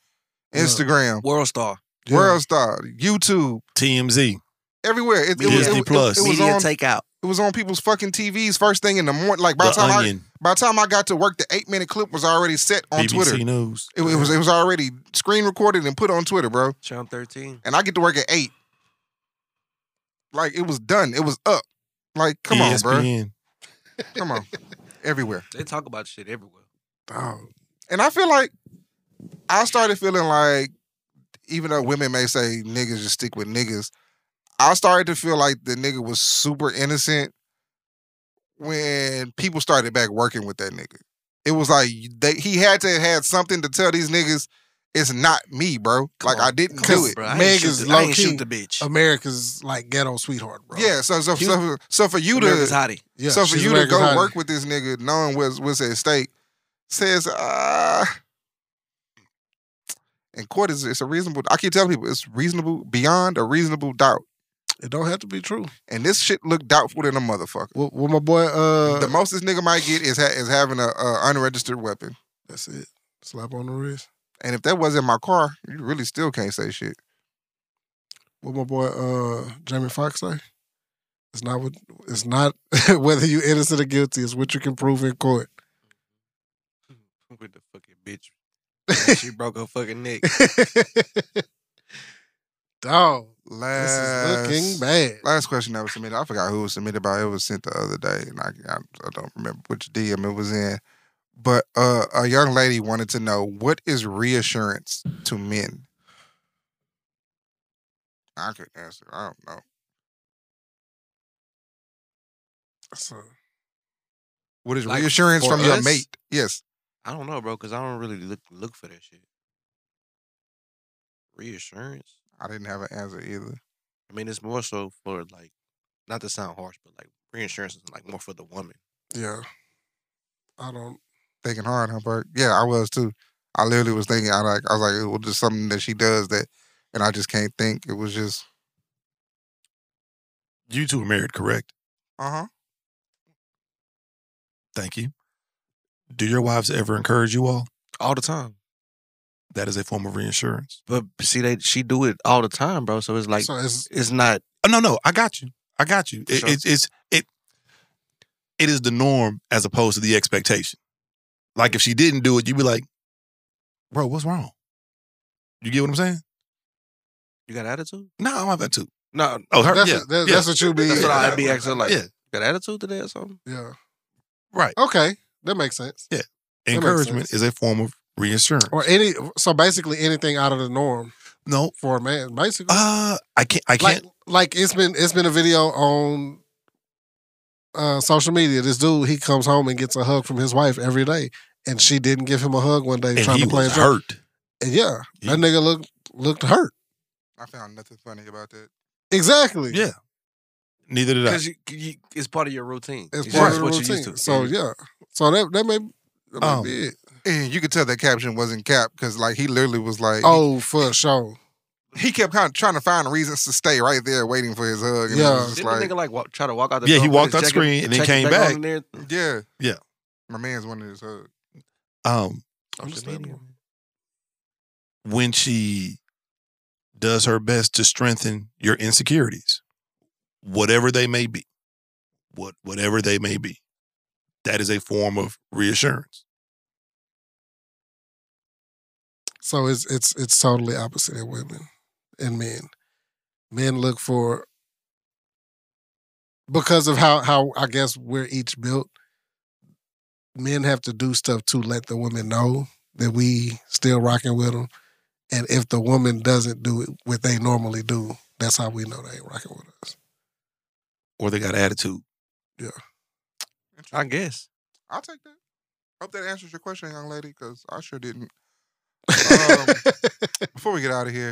Yeah. Instagram, World star. Yeah. World Star, YouTube, TMZ, everywhere. It, it, was, it, Disney was- Plus. it was Media on. takeout. It was on people's fucking TVs first thing in the morning. Like by the The time I, Onion, by the time I got to work, the eight minute clip was already set on BBC Twitter. News. It, it was it was already screen recorded and put on Twitter, bro. Channel 13. and I get to work at eight. Like it was done. It was up. Like, come E on, ESPN. bro. Come on. Everywhere. They talk about shit everywhere. Dog. And I feel like I started feeling like, even though women may say niggas just stick with niggas, I started to feel like the nigga was super innocent when people started back working with that nigga. It was like they, he had to have had something to tell these niggas, it's not me, bro. Come like on. I didn't Come do on, it. bro. I ain't Meg shoot is the- I ain't low-key shoot the bitch. America's like ghetto sweetheart, bro. Yeah, so so, You- so so for you to America's hottie. yeah so for she's you to America's go hottie. work with this nigga knowing what's what's at stake says uh and court is it's a reasonable I keep telling people it's reasonable beyond a reasonable doubt. It don't have to be true. And this shit look doubtful than a motherfucker. What, what my boy? Uh, the most this nigga might get is ha- is having a, a unregistered weapon. that's it. Slap on the wrist. And if that wasn't my car, you really still can't say shit. What my boy? Uh, Jamie Foxx say. It's not what. It's not whether you innocent or guilty. It's what you can prove in court. With the fucking bitch. And she broke her fucking neck. Dog, this Last is looking bad. last question that was submitted. I forgot who it was submitted by. It was sent the other day, and I, I, I don't remember which DM it was in. But uh, a young lady wanted to know what is reassurance to men. I could answer. I don't know. So, What is Like, reassurance for from your us? mate? Yes, I don't know, bro, because I don't really look look for that shit. Reassurance. I didn't have an answer either. I mean, it's more so for like, not to sound harsh, but like reinsurance is like more for the woman. yeah, I don't. Thinking hard, huh, Bert? Yeah, I was too. I literally was thinking. I like. I was like, it was just something that she does that, and I just can't think. It was just, You two are married, correct? uh huh. Thank you. Do your wives ever encourage you all? All the time. That is a form of reinsurance. But see, they she do it all the time, bro. So it's like So it's, it's- not. Oh, no, no, I got you. I got you. It, Sure. it's it's it it is the norm as opposed to the expectation. Like if she didn't do it, you'd be like, "Bro, what's wrong?" You get what I'm saying? You got attitude? No, I don't have that too. No, Oh, her, That's, yeah, what- that- yeah. that's what you mean. that's what I'd be asking. Like, Yeah. got attitude today or something? Yeah. Right. Okay. That makes sense. makes Encouragement sense. is a form of reinsurance. Or any so basically anything out of the norm no, for a man, basically. uh, I can't. I like can't. like it's been it's been a video on uh, social media. This dude he comes home and gets a hug from his wife every day, and she didn't give him a hug one day and trying he to play was a drum. hurt. And yeah, He- that nigga looked looked hurt. I found nothing funny about that. Exactly. Yeah. Neither did I. Because you, you, it's part of your routine. It's just part of the what you used routine. to. So yeah, so that that may, that may Um, be it. And you could tell that caption wasn't capped because like he literally was like, Oh, for sure. he kept kind of trying to find reasons to stay right there waiting for his hug. And it Yeah. was just Didn't like, the nigga like walk, try to walk out the Yeah, door he with walked his out the jacket- screen and then jacket came on back. and everything? yeah, Yeah. My man's wanted his hug. Um, Understandable. when she does her best to strengthen your insecurities, whatever they may be, what whatever they may be, that is a form of reassurance. So it's it's it's totally opposite in women and men. Men look for because of how how I guess we're each built. Men have to do stuff to let the women know that we still rocking with them, and if the woman doesn't do it what they normally do, that's how we know they ain't rocking with us. Or they got attitude. I guess. I'll take that. Hope that answers your question, young lady, because I sure didn't. Um, Before we get out of here,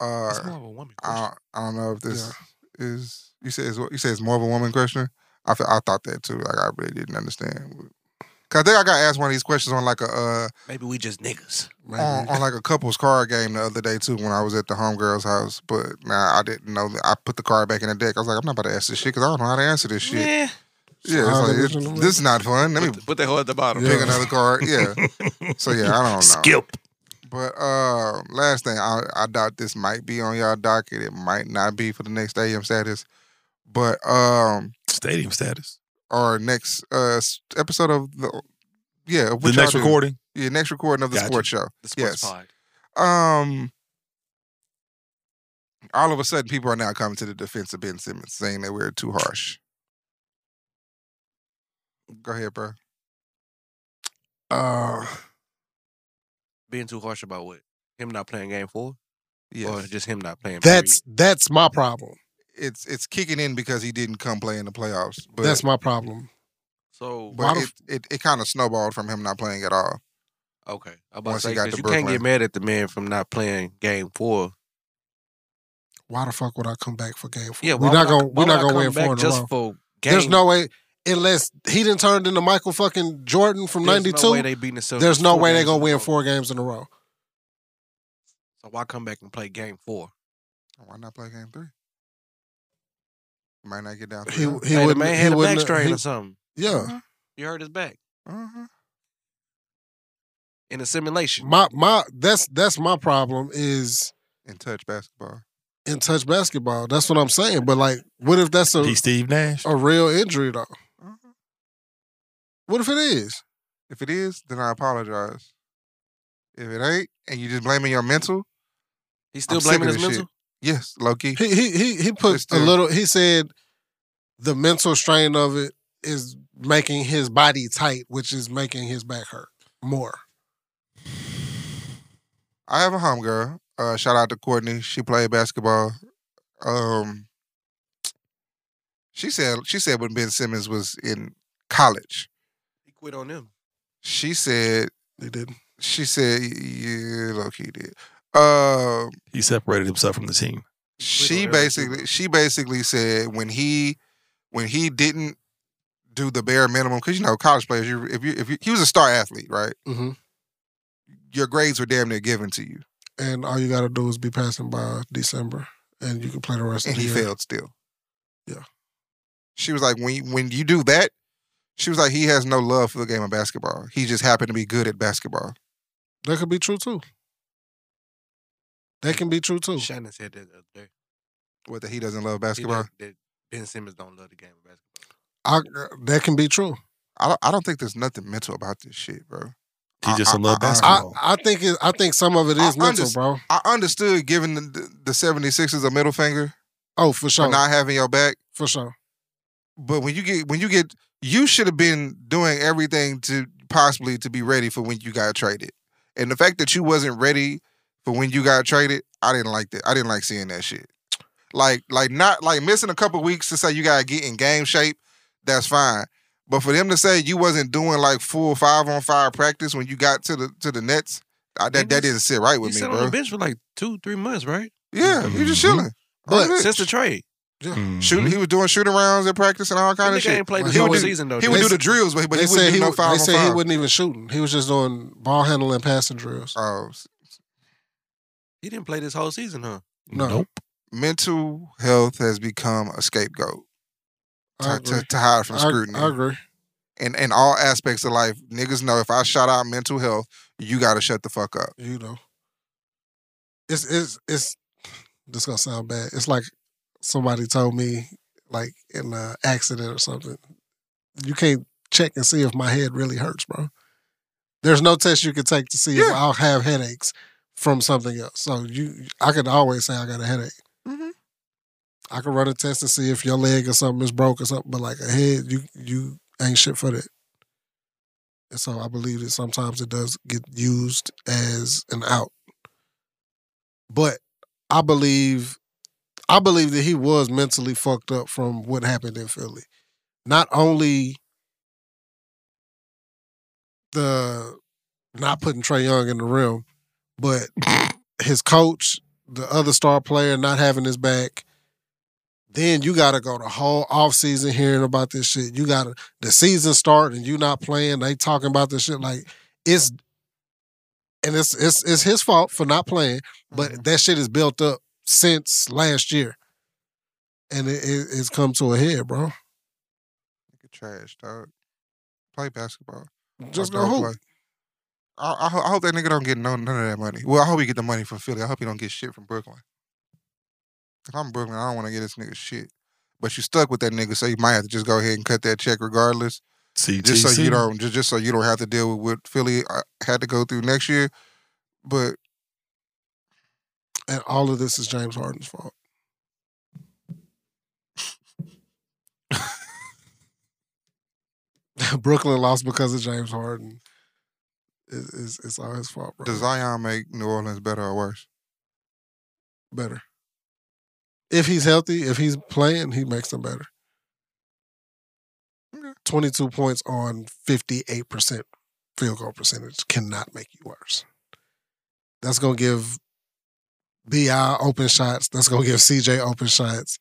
It's uh, more of a woman question. I, I don't know if this is you say it's what you say it's more of a woman question. I fe- I thought that too. Like I really didn't understand. Cause I think I got asked one of these questions on like a uh, Maybe we just niggas. on, on like a couples card game the other day too when I was at the homegirl's house. But nah, I didn't know that. I put the card back in the deck. I was like, I'm not about to ask this shit because I don't know how to answer this shit. Yeah. Yeah, Sound it's like, original. it, this is not fun. Let me Put the- Put the hole at the bottom. pick another card. Yeah. so yeah, I don't know. Skip. But uh, last thing, I, I doubt this might be on y'all docket. It might not be for the next stadium status, but um, Stadium status. our next uh s- episode of the yeah, of The what next y'all do. recording. yeah, next recording of the Gotcha. sports show. The sports Yes. pod. Um, all of a sudden, people are now coming to the defense of Ben Simmons, saying that we're too harsh. Go ahead, bro. Uh, Being too harsh about what? Him not playing game four? Or Yes. just him not playing? that's that's my problem. it's it's kicking in because he didn't come play in the playoffs. But that's my problem. So Why but the it, f- it, it kind of snowballed from him not playing at all. okay, I'm about to Once he say, got 'cause to you can't Brooklyn. get mad at the man from not playing game four. Why the fuck would I come back for game four? Yeah, we're why not would I- gonna why we're not would I gonna win come four back in a just row. for game. There's no way unless he didn't turn into Michael fucking Jordan from there's ninety No two. way they beating the Celtics There's no four way they're games gonna in a win row. four games in a row. So why come back and play game four? Why not play game three? Might not get down. He he three. wouldn't. He hey, the man had he a back wouldn't- strain he- or something. yeah, You hurt his back uh-huh. in a simulation. my my that's that's my problem is in touch basketball. in touch basketball. That's what I'm saying. But like, what if that's Uh, a He's Steve Nash. a real injury though? Uh-huh. What if it is? If it is, then I apologize. If it ain't, and you just blaming your mental, He's still I'm sick blaming of his this mental. yes, Loki. He he he he put It's a the- little. He said the mental strain of it is making his body tight, which is making his back hurt more. I have a homegirl. Uh, shout out to Courtney. She played basketball. Um, she said she said when Ben Simmons was in college, He quit on them. she said They didn't. she said yeah, Loki did. Um, He separated himself from the team. she on everything. basically she basically said when he when he didn't do the bare minimum because you know college players you if you if you, he was a star athlete right hmm your grades were damn near given to you and all you got to do is be passing by December, and you can play the rest and of the he year. failed still Yeah. she was like when you, when you do that she was like he has no love for the game of basketball he just happened to be good at basketball That could be true too. That can be true too. Shannon said that the other day. What that he doesn't love He basketball? don't- that Ben Simmons don't love the game of basketball. I, that can be true. I don't, I don't think there's nothing mental about this shit, bro. He I- just I- don't love I- I- I, basketball. I think it, I think some of it is I mental, underst- bro. I understood giving the, the 76ers a middle finger Oh, for for sure, not having your back, for sure. but when you get when you get you should have been doing everything to possibly to be ready for when you got traded. And the fact that you wasn't ready for when you got traded, I didn't like that. I didn't like seeing that shit. Like like not like missing a couple weeks to say you gotta get in game shape, that's fine. But for them to say you wasn't doing like full five on five practice when you got to the to the Nets, I, that that didn't sit right He with me, sat on bro. the bench for like two, three months, right? Yeah, you just Mhm. chilling. But Right. Since the trade, Mhm. Shoot, he was doing shoot arounds and practice and all kind the of shit. mm-hmm. ain't played Well, the he whole would do- season though. He would They do the s- drills, but, but they he wouldn't said do he, no wa- foul they on said he five. wasn't even shooting. He was just doing ball handling and passing drills. Oh, s- He didn't play this whole season, huh? No. Nope. mental health has become a scapegoat I to, agree. to, to hide from I- scrutiny. I agree. and in all aspects of life, niggas know if I shout out mental health, you gotta shut the fuck up. you know. It's it's it's this gonna sound bad. It's like somebody told me, like in an accident or something. You can't check and see if my head really hurts, bro. There's no test you can take to see if Yeah. I'll have headaches from something else. So you, I can always say I got a headache. Mhm. I can run a test and see if your leg or something is broke or something, but like a head, you you ain't shit for that. And so I believe that sometimes it does get used as an out. But I believe I believe that he was mentally fucked up from what happened in Philly. Not only the not putting Trey Young in the rim, but his coach, the other star player not having his back. Then you gotta go the whole offseason hearing about this shit. You gotta the season start and you not playing, they talking about this shit like it's and it's it's it's his fault for not playing, but Mm-hmm. that shit is built up since last year. And it, it, it's come to a head, bro. Nigga Trash, dog. Play basketball. Just Fuck go don't hoop. play. I, I, ho- I hope that nigga don't get no, none of that money. Well, I hope he get the money from Philly. I hope he don't get shit from Brooklyn. If I'm Brooklyn, I don't want to get this nigga shit. But you stuck with that nigga, so you might have to just go ahead and cut that check regardless. CTC. just so you don't just, just so you don't have to deal with what Philly uh, had to go through next year. But And all of this is James Harden's fault. Brooklyn lost because of James Harden. It's, it's, it's all his fault, bro. does Zion make New Orleans better or worse? better. If he's healthy, if he's playing, he makes them better. 22 points on 58% field goal percentage cannot make you worse. That's going to give BI open shots. That's going to give CJ open shots.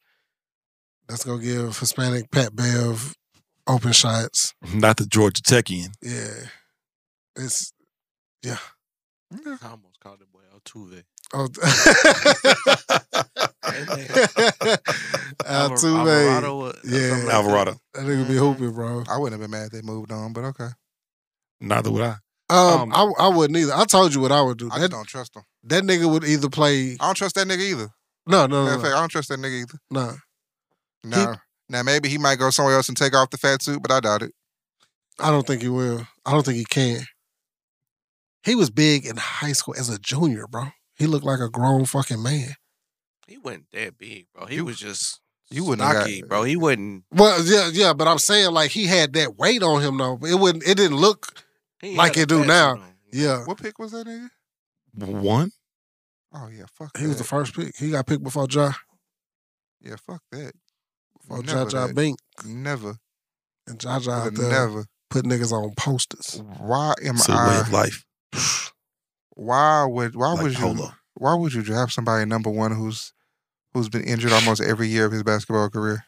That's going to give Hispanic Pat Bev open shots. Not the Georgia Techian. Yeah. It's, I almost called that boy Altuve. oh, Uh, Altuve. Alvarado or- or Yeah. something like Alvarado. That nigga be hooping, bro. I wouldn't have been mad if they moved on, but okay. Neither would I. Um, Um, I, I wouldn't either. I told you what I would do. I that, just don't trust them. that nigga would either play. I don't trust that nigga either. No, no, Matter no, of no, fact, I don't trust that nigga either. no. No. now maybe he might go somewhere else and take off the fat suit, but I doubt it. I don't think he will. I don't think he can. He was big in high school as a junior, bro. He looked like a grown fucking man. that. He wasn't that big, bro. He You- was just you you wouldn't have stocky, got- bro. He wasn't. Well, yeah, yeah, but I'm saying like he had that weight on him though. It wouldn't. It didn't look. he ain't Like it had a do fat now. suit on. Yeah, What pick was that nigga? One. Oh yeah, fuck he was the that. first pick. He got picked before Ja, yeah, fuck that. before Ja Never Ja that. Bink, Never. and Ja Ja out there Never. put niggas on posters. Why am It's a way I of life. why would why like would you polo. why would you draft somebody number one who's who's been injured almost every year of his basketball career?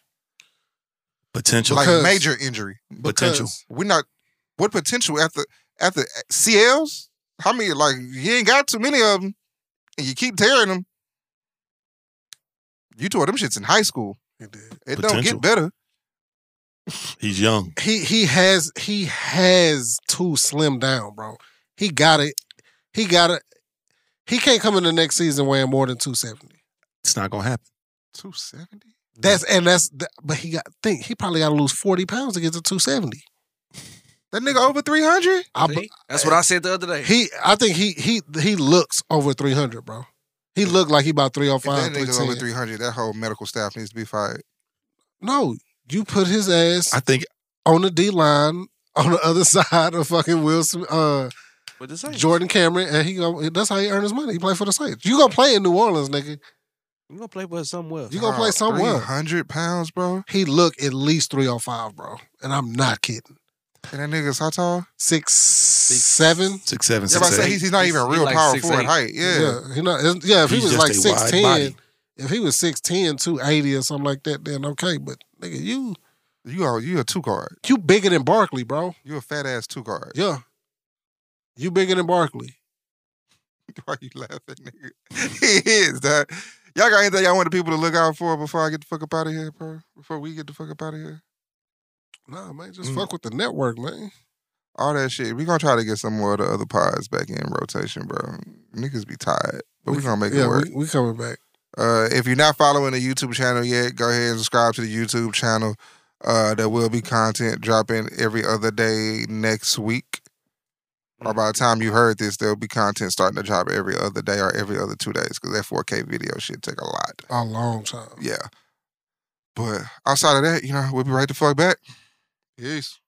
Potential. Because- like major injury. potential. Because- We're not what potential after after CLs? How many like you ain't got too many of them, and you keep tearing them. You tore them shits in high school. He did. It don't Potential. get better. He's young. he he has he has to slim down, bro. He got it. He got it. He can't come in the next season weighing more than 270. Mm-hmm. It's not gonna happen. 270? That's and that's that, but he got think he probably got to lose 40 pounds to get to 270. That nigga over 300? I, See? bu- That's what I said the other day. he I think he he he looks over 300, bro. He looked like he about If that 305, nigga's over 310. 300, that whole medical staff needs to be fired. No, you put his ass I think on the D line on the other side of fucking Wilson uh What the Saints? Jordan Cameron and he go that's how he earned his money. He played for the Saints. You gonna play in New Orleans, nigga. You gonna play with somewhere else? You gonna play somewhere. 300 pounds, bro? He look at least 305, bro. And I'm not kidding. And that nigga's how tall? Six, seven. six seven Yeah, six but I say eight. he's, he's not He's- even he's real like powerful 6'8". in height. Yeah. Yeah, he not, it's- yeah. If he He's was just like a wide six ten, body. if he was 6'10", 280 or something like that, then okay. But nigga, you You are you a two guard. you bigger than Barkley, bro. You a fat ass two guard. Yeah, you bigger than Barkley. Why you laughing, nigga? he is, dog. Y'all got anything y'all want the people to look out for before I get the fuck up out of here, bro? Before we get the fuck up out of here? Nah, man, just Mm. fuck with the network, man. All that shit. We gonna try to get some more of the other pods back in rotation, bro. Niggas be tired, but we, gonna make yeah, it work. we, we coming back. Uh, if you're not following the YouTube channel yet, go ahead and subscribe to the YouTube channel. Uh, there will be content dropping every other day next week. Or by the time you heard this, there'll be content starting to drop every other day or every other two days because that 4K video shit take a lot. A long time. Yeah. But outside of that, you know, we'll be right the fuck back. Peace.